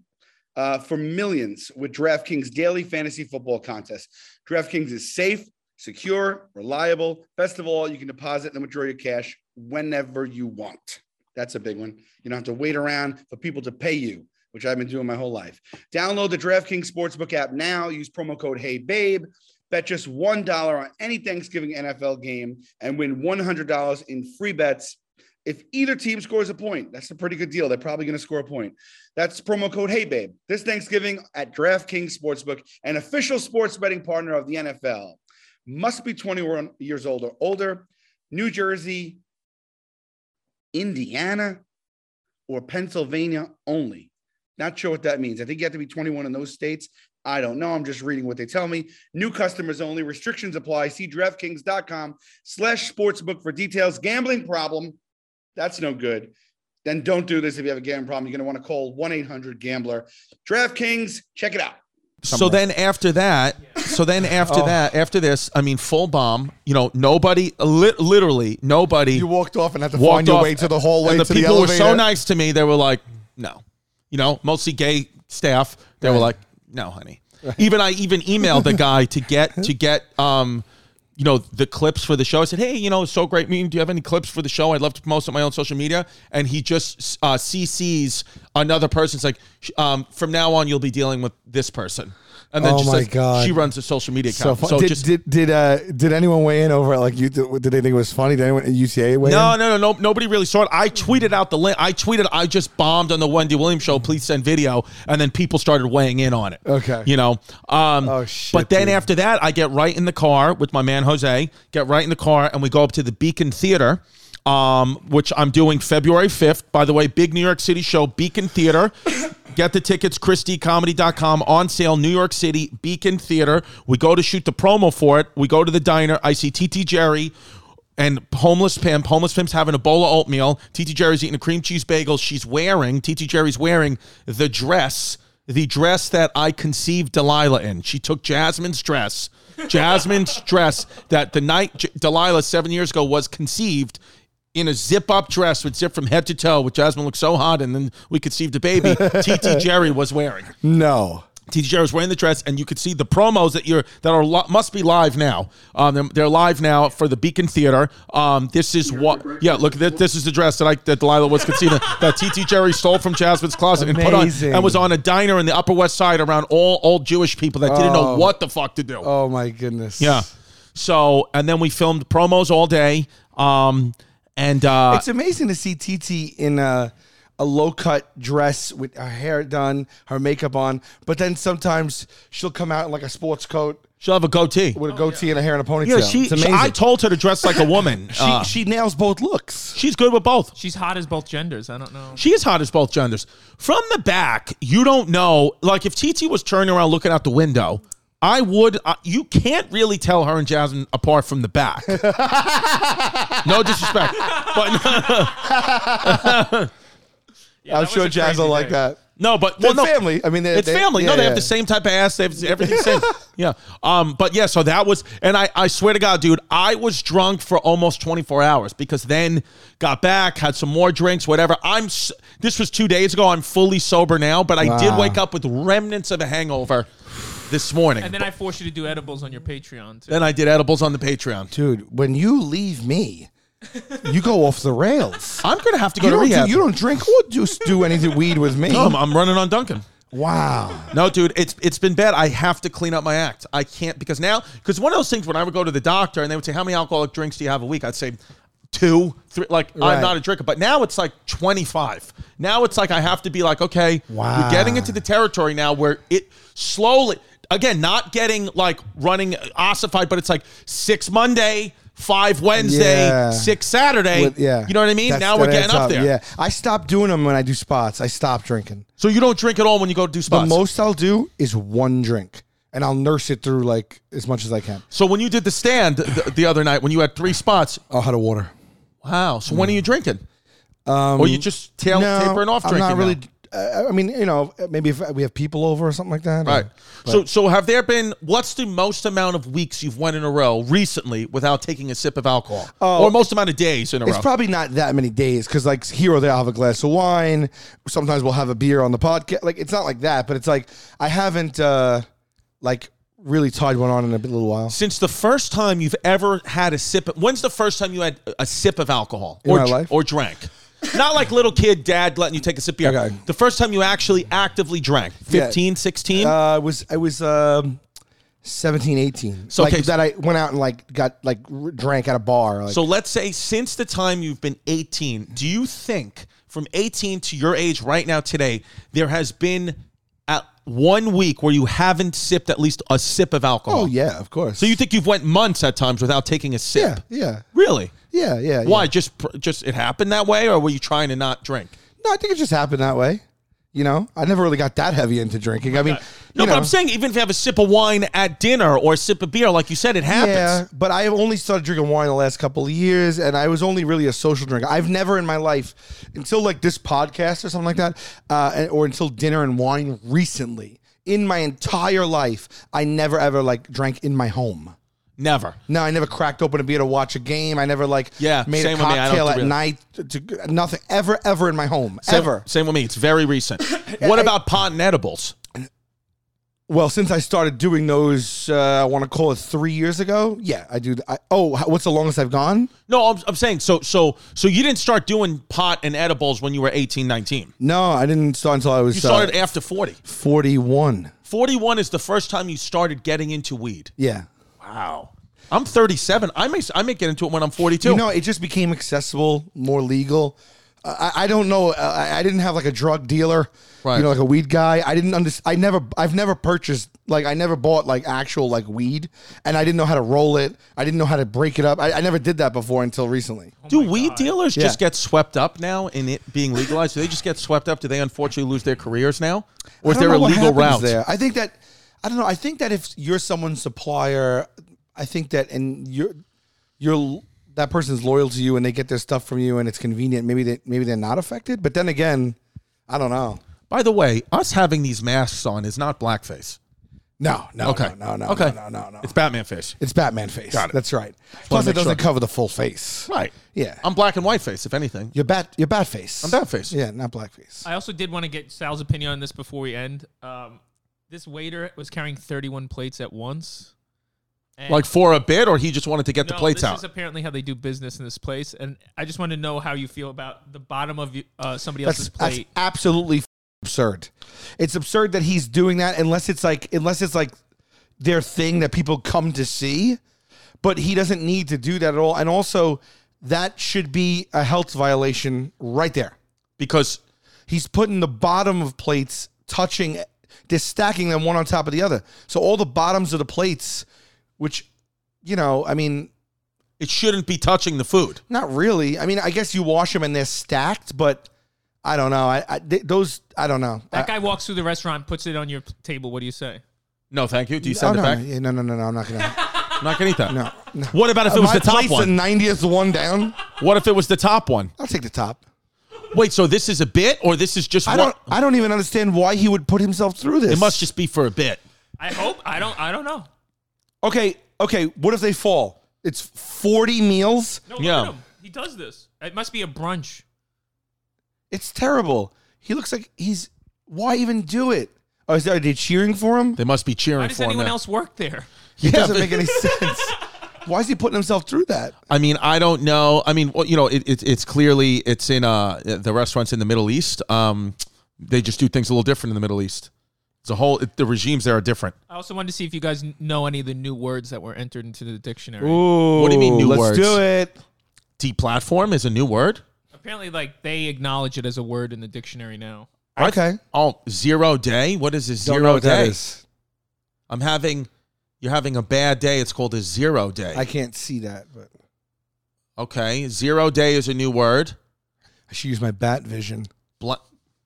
uh, for millions with DraftKings daily fantasy football contest. DraftKings is safe, secure, reliable. Best of all, you can deposit and withdraw your cash whenever you want. That's a big one. You don't have to wait around for people to pay you, which I've been doing my whole life. Download the DraftKings Sportsbook app now. Use promo code HeyBabe. Bet just $1 on any Thanksgiving NFL game and win $100 in free bets if either team scores a point. That's a pretty good deal. They're probably going to score a point. That's promo code HeyBabe this Thanksgiving at DraftKings Sportsbook, an official sports betting partner of the NFL. Must be 21 years old or older. New Jersey, Indiana, or Pennsylvania only. Not sure what that means. I think you have to be 21 in those states. I don't know. I'm just reading what they tell me. New customers only. Restrictions apply. See DraftKings.com slash sportsbook for details. Gambling problem. That's no good. Then don't do this if you have a gambling problem. You're going to want to call 1-800-GAMBLER. DraftKings, check it out. So then after that, so then after Oh. that, after this, I mean, full bomb. You know, nobody, li- literally nobody. You walked off and had to find your way to the hallway And the to the people were so elevator. nice to me. They were like, no, you know, mostly gay staff. They were Right. like, no, honey. Even I even emailed the guy to get to get um, you know, the clips for the show. I said, hey, you know, it's so great meeting. Do you have any clips for the show? I'd love to promote it on my own social media. And he just uh, CCs another person. It's like, sh- um, from now on, you'll be dealing with this person. And then Oh just my like, God. she runs a social media So, account. fun. So, did, just did did uh, did anyone weigh in over at like you? Did they think it was funny? Did anyone at UCA weigh No, in? no, no, no. Nobody really saw it. I tweeted out the link. I tweeted, I just bombed on the Wendy Williams show. Please send video. And then people started weighing in on it. Okay. You know? Um, oh, shit. But then after that, I get right in the car with my man Jose, get right in the car, and we go up to the Beacon Theater. Um, which I'm doing February 5th. By the way, big New York City show, Beacon Theater. Get the tickets, ChristyComedy.com on sale, New York City, Beacon Theater. We go to shoot the promo for it. We go to the diner. I see TT Jerry and homeless pimp. Homeless pimp's having a bowl of oatmeal. TT Jerry's eating a cream cheese bagel. She's wearing TT Jerry's wearing the dress, the dress that I conceived Delilah in. She took Jasmine's dress, Jasmine's dress that the night J- Delilah seven years ago was conceived. In a zip-up dress with zip from head to toe, which Jasmine looked so hot, and then we conceived a baby. TT Jerry was wearing. No. TJ was wearing the dress, and you could see the promos that you're that are li- must be live now. Um, they're, they're live now for the Beacon Theater. Um, this is what, yeah. Look, this, this is the dress that I that Delilah was conceiving that TT Jerry stole from Jasmine's closet and put on, Amazing. and was on a diner in the Upper West Side around all old Jewish people that didn't know Oh. what the fuck to do. Oh my goodness. Yeah. So, and then we filmed promos all day. Um, and uh, it's amazing to see TT in a a low cut dress with her hair done, her makeup on, but then sometimes she'll come out in like a sports coat. She'll have a goatee with a goatee and a hair and a yeah, ponytail. she, it's amazing. I told her to dress like a woman. she Uh, she nails both looks. she's good with both. She's hot as both genders. I don't know. She is hot as both genders. From the back, you don't know. Like if TT was turning around looking out the window, I would. Uh, you can't really tell her and Jasmine apart from the back. no disrespect, but I'm sure Jazz will like that. no, but They're well, no, family. I mean, they- it's they- family. no, yeah, they have yeah. the same type of ass. They have everything the same. yeah. Um. But yeah. So that was, and I, I swear to God, dude, I was drunk for almost 24 hours because then got back, had some more drinks, whatever. I'm. s- This was two days ago. I'm fully sober now, but I did Wow. wake up with remnants of a hangover this morning. And then I force you to do edibles on your Patreon. Too. Then I did edibles on the Patreon. Dude, when you leave me, you go off the rails. I'm gonna have to go you to don't do- rehab. you don't drink or just do anything weed with me. No, I'm, I'm running on Duncan. Wow. No, dude, it's it's been bad. I have to clean up my act. I can't because now because one of those things when I would go to the doctor and they would say, How many alcoholic drinks do you have a week? I'd say two, three. Like Right. I'm not a drinker, but now it's like 25. Now it's like I have to be like, okay, Wow. we're getting into the territory now where it slowly, again, not getting like running ossified, but it's like six Monday, five Wednesday, Yeah. six Saturday. With- yeah. you know what I mean. That's- now we're that's getting up there. Yeah. I stopped doing them when I do spots. I stopped drinking. So you don't drink at all when you go do spots. The most I'll do is one drink, and I'll nurse it through like as much as I can. so when you did the stand the, the other night, when you had three spots, I'll have a water. wow. So when are you drinking? Um, or you just tail tapering off drinking? I'm not now? really. uh, I I mean, you know, maybe if we have people over or something like that. Right. But- so so have there been what's the most amount of weeks you've went in a row recently without taking a sip of alcohol? Oh. or most amount of days in a It's row? probably not that many days because, like, here or there, I'll have a glass of wine. Sometimes we'll have a beer on the podcast. Like, it's not like that, but it's like I haven't, uh like, really tied one on in a bit- little while. Since the first time you've ever had a sip when's the first time you had a- a sip of alcohol In or my dr- life? or drank? Not like little kid dad letting you take a sip beer. Okay. The first time you actually actively drank, 15, 16? Uh, it was I was um, 17, 18. So, So like, okay, so- that I went out and like got like r- drank at a bar. Like, so let's say since the time you've been 18, do you think from 18 to your age right now today, there has been at one week where you haven't sipped at least a sip of alcohol? oh yeah, of course. So you think you've went months at times without taking a sip? yeah, yeah, Really? yeah, yeah. yeah. Why? Just pr- just it happened that way, or were you trying to not drink? No, I think it just happened that way. You know, I never really got that heavy into drinking. I mean, No, but you know, I'm saying even if you have a sip of wine at dinner or a sip of beer, like you said, it happens. Yeah, but I have only started drinking wine the last couple of years, and I was only really a social drinker. I've never in my life, until like this podcast or something like that, uh, and- or until dinner and wine recently, in my entire life, I never ever like drank in my home. Never. No, I never cracked open a beer to watch a game. I never like Yeah, made same a with me. I don't cocktail do at really- night. To, to- nothing ever, ever in my home, Same, ever. Same with me. It's very recent. what I- about pot and edibles? Well, since I started doing those, uh, I want to call it three years ago. Yeah, I do. th- I, oh, h- what's the longest I've gone? No, I'm, I'm saying so so so you didn't start doing pot and edibles when you were 18, 19. No, I didn't start until I was You uh, started after 40. 41. 41 is the first time you started getting into weed. Yeah. Wow. I'm 37. I may I may get into it when I'm 42. You know, it just became accessible, more legal. Uh, I, I don't know. I, I didn't have like a drug dealer, Right. you know, like a weed guy. I didn't under, I never. I've never purchased like I never bought like actual like weed, and I didn't know how to roll it. I didn't know how to break it up. I, I never did that before until recently. Oh Do weed dealers Yeah. just get swept up now in it being legalized? Do they just get swept up? Do they unfortunately lose their careers now? Or is I don't there a know what legal route? happens there. I think that I don't know. I think that if you're someone's supplier, I think that and you're you're that person's loyal to you and they get their stuff from you and it's convenient. Maybe they maybe they're not affected. But then again, I don't know. By the way, us having these masks on is not blackface. No, no, Okay. no, no, no, okay. no, no, no, no. It's Batman face. It's Batman face. Got it. That's right. wanna Plus, it make doesn't sure. cover the full face. Right. Yeah. I'm black and white face, if anything. Your bat, your bat face. I'm bat face. Yeah, not black face. I also did want to get Sal's opinion on this before we end. Um, this waiter was carrying 31 plates at once. And Like for a bit, or he just wanted to get the no, plates this out. is apparently how they do business in this place, and I just want to know how you feel about the bottom of uh, somebody That's else's that's plate. absolutely f- absurd. It's absurd that he's doing that unless it's like unless it's like their thing that people come to see. But he doesn't need to do that at all. And also, that should be a health violation right there. because He's putting the bottom of plates touching, they're stacking them one on top of the other. So all the bottoms of the plates, which, you know, I mean, it shouldn't be touching the food. not really. I mean, I guess you wash them and they're stacked, but I don't know. I, I th- those I don't know. that guy walks through the restaurant, puts it on your p- table. What do you say? No, thank you. Do you I, oh, send no, it back? yeah, no, no, no, no. I'm not gonna. I'm not gonna eat that. No, no. What about if it was My the top place, one? The ninetieth one down. What if it was the top one? I'll take the top. Wait, so this is a bit, or this is just I one? don't. I don't even understand why he would put himself through this. It must just be for a bit. I hope. I don't. I don't know. Okay. Okay. What if they fall? It's forty meals. No, look Yeah. at him. He does this. It must be a brunch. It's terrible. He looks like he's. Why even do it? Oh, is there, are they cheering for him? They must be cheering Why does for him anyone now. else work there? It Yeah, doesn't but- make any sense. Why is he putting himself through that? I mean, I don't know. I mean, well, you know, it, it, it's clearly it's in uh the restaurants in the Middle East. Um, they just do things a little different in the Middle East. It's a whole it, the regimes there are different. I also wanted to see if you guys kn- know any of the new words that were entered into the dictionary. What do you mean new let's words? do it. Deplatform is a new word. Apparently, like they acknowledge it as a word in the dictionary now. Okay. Oh, zero day. What is a Don't zero know what day? that is. I'm having. You're having a bad day. It's called a zero day. I can't see that, but Okay, zero day is a new word. I should use my bat vision. Bl-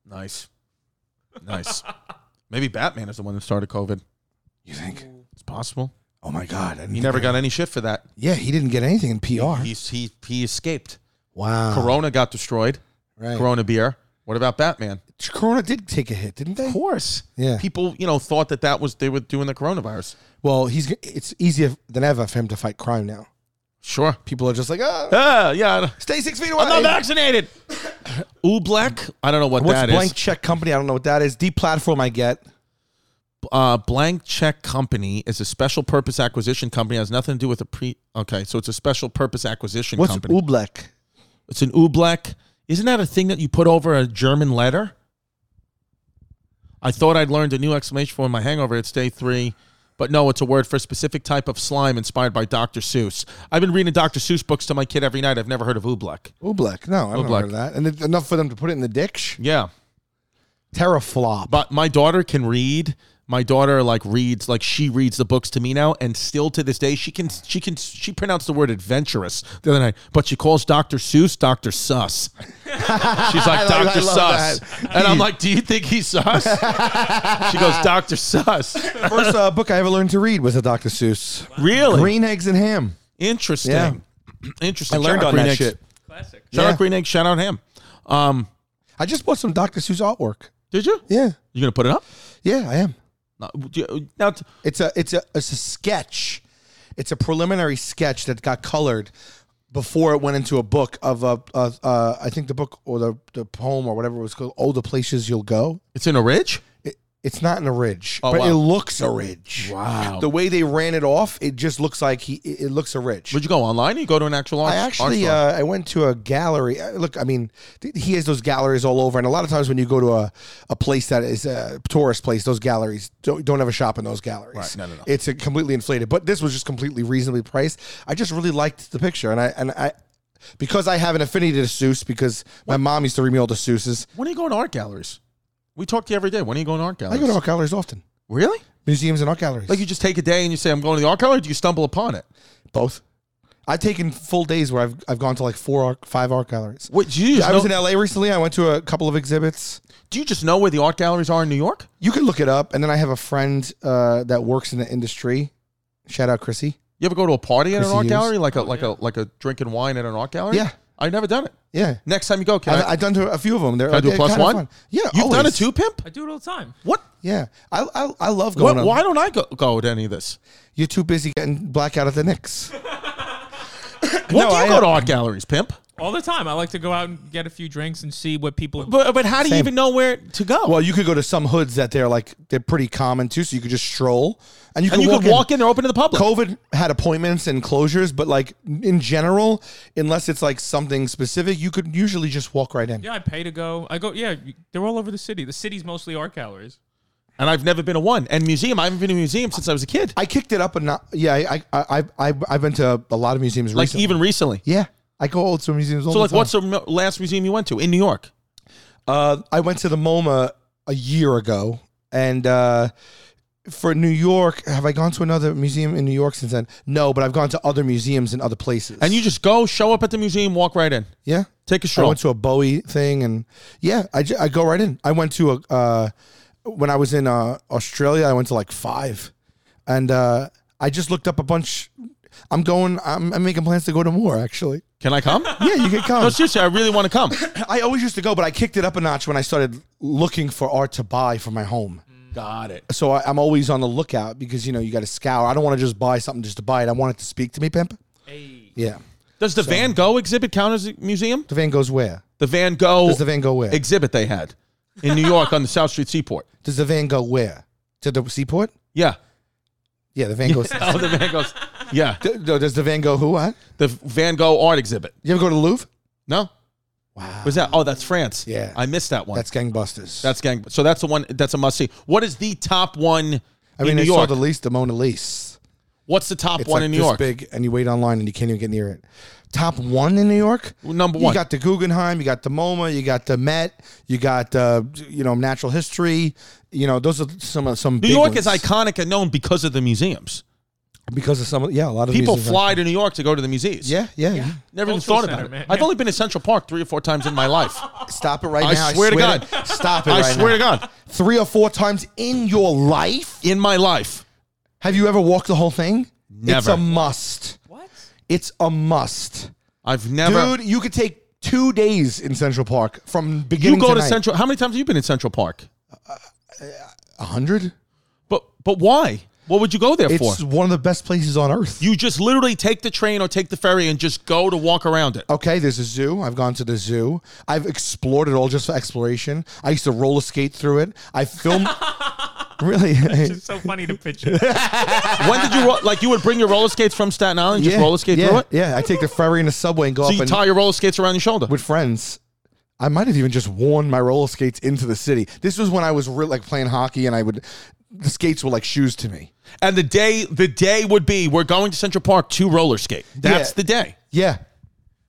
nice, nice. Maybe Batman is the one that started COVID. You think it's possible? Oh my God! I didn't He think never I- got any shit for that. Yeah, he didn't get anything in PR. He he he escaped. Wow. Corona got destroyed. Right. Corona beer. What about Batman? Corona did take a hit, didn't they? Of course. Yeah. People, you know, thought that that was they were doing the coronavirus. Well, he's g- it's easier than ever for him to fight crime now. Sure. People are just like, ah, Ah, yeah. stay six feet away. I'm not vaccinated. Oobleck. I don't know what What's that is. blank check company? I don't know what that is. Deplatform I get. uh, blank check company is a special purpose acquisition company. It has nothing to do with a pre. Okay, so it's a special purpose acquisition What's company. Oobleck? It's an Oobleck. Isn't that a thing that you put over a German letter? I thought I'd learned a new explanation for my hangover. It's day three. But no, it's a word for a specific type of slime inspired by Dr. Seuss. I've been reading Dr. Seuss books to my kid every night. I've never heard of Oobleck. Oobleck. No, I don't Oobleck. know that. And it's enough for them to put it in the ditch. Yeah. Terraflop. But my daughter can read. My daughter like reads like she reads the books to me now, and still to this day she can she can she pronounced the word adventurous the other night, but she calls Dr. Seuss Dr. Sus. She's like I love- Dr. I love Sus, that. and I'm like, do you think he's sus? she goes, Dr. Sus. First uh, book I ever learned to read was a Dr. Seuss. Really? Green eggs and ham. Interesting. Yeah. Interesting. I learned Shout out on Green that Eggs. shit. Classic. Shout Yeah. out Green Egg. Shout out him. Um, I just bought some Dr. Seuss artwork. did you? Yeah, You gonna put it up? yeah, I am. No, do you- Now, t- It's a it's a it's a sketch. It's a preliminary sketch that got colored before it went into a book of a, a, a I think the book or the, the poem or whatever it was called. Oh, the places you'll go. it's in a ridge. It, it's not in a ridge, Oh, but wow. it looks a ridge. Wow. The way they ran it off, it just looks like he. It, it looks a ridge. Would you go online? Or you go to an actual art I art actually store? uh, I went to a gallery. Uh, Look, I mean, th- he has those galleries all over, and a lot of times when you go to a, a place that is a tourist place, those galleries don't don't ever shop in those galleries. Right, no, no, no. It's a completely inflated, but this was just completely reasonably priced. I just really liked the picture, and I and I because I have an affinity to Seuss because my mom used to read me all the Seuss's. When are you going to art galleries? We talk to you every day. When are you going to art I galleries? go to art galleries often, Really? museums and art galleries, Like you just take a day and you say, I'm going to the art gallery, or do you stumble upon it? both. I've taken full days where I've I've gone to like four art, five art galleries. What, do, you just I was in know, LA recently. I went to a couple of exhibits. do you just know where the art galleries are in New York? You can look it up, and then I have a friend uh, that works in the industry. Shout out Chrissy. You ever go to a party at an Chrissy art Hughes. gallery? Like a like a like a drinking wine at an art gallery? Yeah. I've never done it. Yeah, Next time you go, can I've, I, I've done to a few of them. They're, can I do a they're plus kinda one? fun. Yeah, You've done a always. two pimp? I do it all the time. What? Yeah, I, I I love what going. on. why don't I go, go to any of this? You're too busy getting blackout at the Knicks. What do you I- go to art galleries, pimp? All the time. I like to go out and get a few drinks and see what people. But but how do you Same. even know where to go? Well, you could go to some hoods that they're like they're pretty common too, so you could just stroll and you and could you walk, could walk in, they're open to the public. COVID had appointments and closures, but like in general, unless it's like something specific, you could usually just walk right in. yeah, I pay to go. I go. Yeah, you- they're all over the city. The city's mostly art galleries. and I've never been to one. And museum, I haven't been to a museum since I was a kid. I kicked it up and not, yeah, I I I I have been to a lot of museums like recently. even recently. Yeah, I go old to museums all So the like time. what's the m- last museum you went to in New York? uh, I went to the MoMA a year ago, and uh, for New York, have I gone to another museum in New York since then? No, but I've gone to other museums in other places. And you just go, show up at the museum, walk right in. yeah, Take a I stroll. went to a Bowie thing, and yeah, I, ju- I go right in. I went to a uh, when I was in uh, Australia, I went to like five, and uh, I just looked up a bunch. I'm going. I'm, I'm making plans to go to more actually. Can I come? Yeah, you can come. No, seriously, I really want to come. I always used to go, but I kicked it up a notch when I started looking for art to buy for my home. Got it. So I, I'm always on the lookout because you know you got to scour. I don't want to just buy something just to buy it. I want it to speak to me, pimp. Yeah, Does the Van Gogh exhibit count as a museum? the van goes where? The Van Gogh Does the van go where? exhibit they had in New York on the South Street Seaport. Does the van go where? To the seaport? Yeah. Yeah, the van goes. Oh, the Van Goghs. Yeah. D- no, Does the van go who? What? The Van Gogh art exhibit. You ever go to the Louvre? No? Wow, Was that? Oh, that's France. Yeah. I missed that one. that's gangbusters. that's gang. So that's the one that's a must see. What is the top one I mean, in New I saw York? the least the Mona Lisa. What's the top It's one like in New this York? big, and you wait online and you can't even get near it. top one in New York. Number You one. got the Guggenheim, you got the MoMA, you got the Met, you got uh, you know Natural History. You know those are some of some. New big York ones. is iconic and known because of the museums. because of some. of- Yeah, a lot of People these are- fly to New York to go to the museums. Yeah, yeah. yeah. Never even Cultural thought center, about it. man. I've Yeah. only been to Central Park three or four times in my life. Stop it right I now! swear to God. stop it! I right swear now. to God. Three or four times in your life. In my life. Have you ever walked the whole thing? It's Never. a must. What? It's a must. I've never. Dude, you could take two days in Central Park from you beginning go to night. Central. How many times have you been in Central Park? A hundred? But but why? What would you go there for? It's one of the best places on earth. You just literally take the train or take the ferry and just go to walk around it. Okay, there's a zoo. I've gone to the zoo. I've explored it all just for exploration. I used to roller skate through it. I filmed. really? It's so funny to picture. when did you ro- like? You would bring your roller skates from Staten Island, just roller skate yeah, through it. Yeah, I take the ferry and the subway and go So up you and tie your roller skates around your shoulder. with friends. I might have even just worn my roller skates into the city. This was when I was real like playing hockey, and I would the skates were like shoes to me. And the day the day would be we're going to Central Park to roller skate. That's Yeah. the day. Yeah,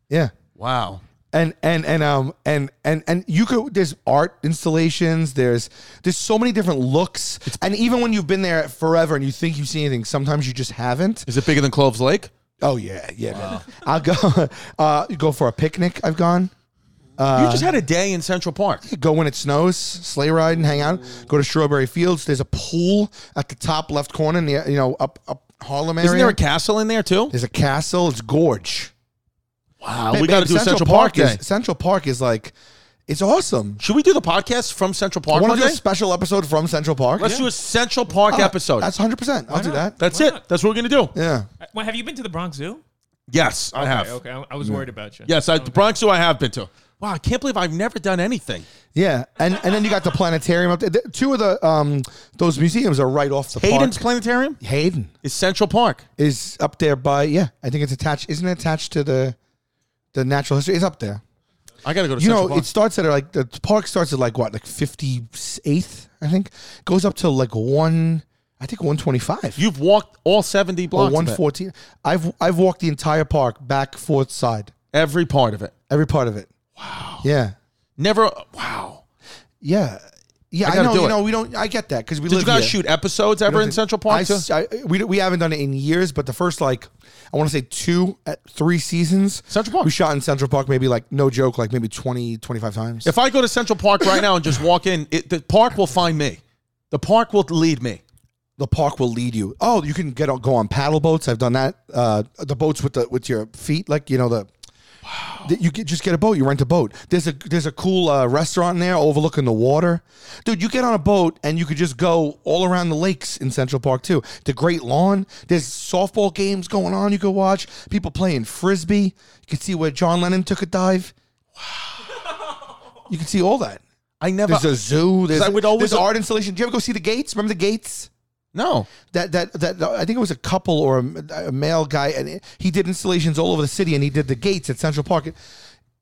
yeah. Wow. and and and um and and and you could there's art installations there's there's so many different looks and even when you've been there forever and you think you've seen anything sometimes you just haven't Is it bigger than Cloves Lake? oh yeah yeah man. i'll go uh go for a picnic i've gone you just had a day in Central Park. go when it snows sleigh ride and hang out go to strawberry fields there's a pool at the top left corner in the you know up up harlem area Isn't there a castle in there too? there's a castle it's gorge Wow. Man, we got to babe, do Central, Park, Day. is, central park is like it's awesome Should we do the podcast from Central Park Want one to do day? a special episode from Central Park? Let's do a Central Park Ah, episode. That's That's, 100%. I'll do that. it. That's what we're gonna do. Yeah. well, have you been to the Bronx Zoo? Yes, I have. Okay, okay. I, I was worried about you. Yes, I, the Bronx Zoo I have been to. Wow, I can't believe I've never done anything. Yeah. And and then you got the planetarium up there. The- Two of the um those museums are right off the Hayden's park. Planetarium Hayden is Central Park. is up there by yeah, I think it's attached isn't it attached to the the natural history? It's up there. I gotta go to You Central know, Park. it starts at like the park starts at like what, like fifty eighth, I think. Goes up to like one I think one twenty five. You've walked all seventy Or blocks. One one fourteen. I've I've walked the entire park, back, forth, side. every part of it. Every part of it. Wow. Yeah. Never. Wow. Yeah. Yeah, I I, gotta know. do You it. know, we don't. I get that because we Did live you guys here. shoot episodes ever in Central Park? I too? s- I- we, we haven't done it in years, but the first like I want to say two at three seasons. Central Park. We shot in Central Park maybe like no joke like maybe 20 25 times. if I go to Central Park right now and just walk in, it, the park will find me. The park will lead me. the park will lead you. Oh, you can get on, go on paddle boats. I've done that. Uh, the boats with the with your feet like you know the. that You get, just get a boat. You rent a boat. There's a there's a cool uh, restaurant in there overlooking the water, dude. You get on a boat and you could just go all around the lakes in Central Park too. The Great Lawn. There's softball games going on. You could watch people playing frisbee. You can see where John Lennon took a dive. Wow. You can see all that. I never. There's a zoo. There's, I would always- there's art installation. Do you ever go see the gates? Remember the gates? no. that that that I think it was a couple or a, a male guy, and it- he did installations all over the city, and he did the gates at Central Park. It,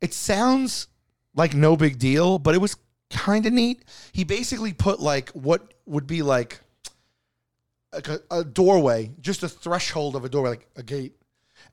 it sounds like no big deal, but it was kind of neat. He basically put like what would be like like a, a doorway, just a threshold of a doorway, like a gate,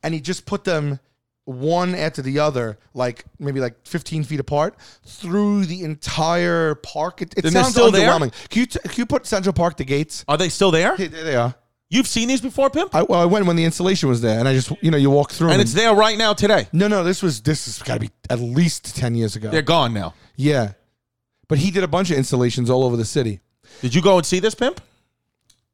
and he just put them one after the other, like maybe like 15 feet apart, through the entire park. It, it Then they're sounds still there? overwhelming. Can you t- can you put Central Park the gates? Are they still there? Hey, there they are. You've seen these before, Pimp? I, well, I went when the installation was there, and I just you know you walk through and it's there right now today. no, no. This was this has got to be at least ten years ago. They're gone now. yeah, but he did a bunch of installations all over the city. Did you go and see this, Pimp?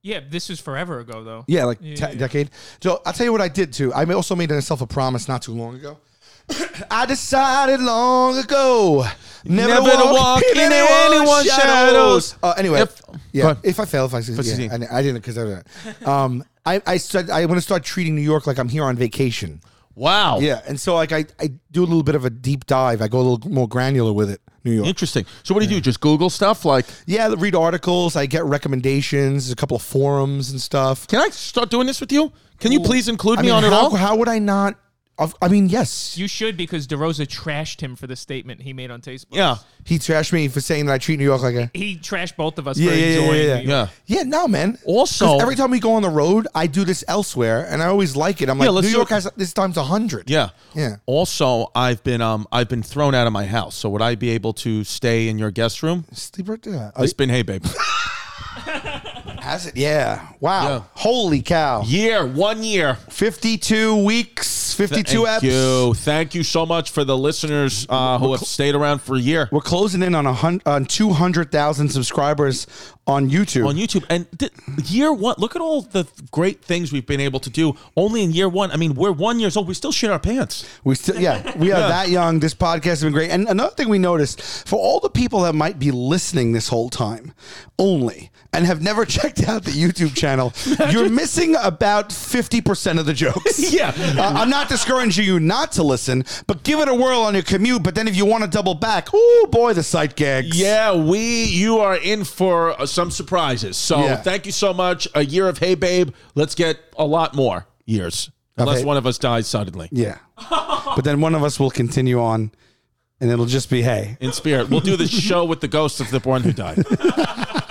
Yeah, this was forever ago though. Yeah, like Yeah, te- yeah. decade. So I'll tell you what I did too. I also made myself a promise not too long ago. I decided long ago never, Never to walk in anyone's shadows. Uh, anyway, If- Go yeah. ahead. If I fail, if I succeed, Succeed. yeah, I, I didn't because I don't. Um, I I said I want to start treating New York like I'm here on vacation. Wow. Yeah, and so like I, I do a little bit of a deep dive. I go a little more granular with it. New York. Interesting. So what do you do? Just Google stuff? Like, Yeah, I read articles. I get recommendations. A couple of forums and stuff. can I start doing this with you? Can you please include I me mean, on it how, all? How would I not Of- I mean, yes. You should because DeRosa trashed him for the statement he made on Facebook. He trashed me for saying that I treat New York like a. He trashed both of us Yeah, for yeah, yeah, enjoying yeah, yeah. New York. Yeah, no, man. Also, every time we go on the road, I do this elsewhere, and I always like it. I'm Yeah, like, let's New do York it. has this time's a hundred. Yeah. Yeah. Also, I've been um I've been thrown out of my house. So would I be able to stay in your guest room? Sleep right there. It's been hey babe. Has it? Yeah. Wow. Holy cow. Year, one year. 52 weeks, 52 Thank eps. you. Thank you so much for the listeners uh, who have stayed around for a year. We're closing in on a hundred, on 200,000 subscribers on YouTube. on YouTube. And th- year one, look at all the great things we've been able to do only in year one. I mean, we're one years old. We still shit our pants. We still, yeah, we are Yeah. that young. This podcast has been great. And another thing we noticed for all the people that might be listening this whole time only and have never checked out the YouTube channel, you're missing about 50% of the jokes. Yeah. Uh, I'm not discouraging you not to listen, but give it a whirl on your commute. But then if you want to double back, oh boy, the sight gags. Yeah, we you are in for uh, some surprises. So Yeah. thank you so much. A year of hey babe. Let's get a lot more years, unless Hey- one of us dies suddenly. Yeah. but then one of us will continue on and it'll just be, hey. In spirit, we'll do the show with the ghosts of the born who died.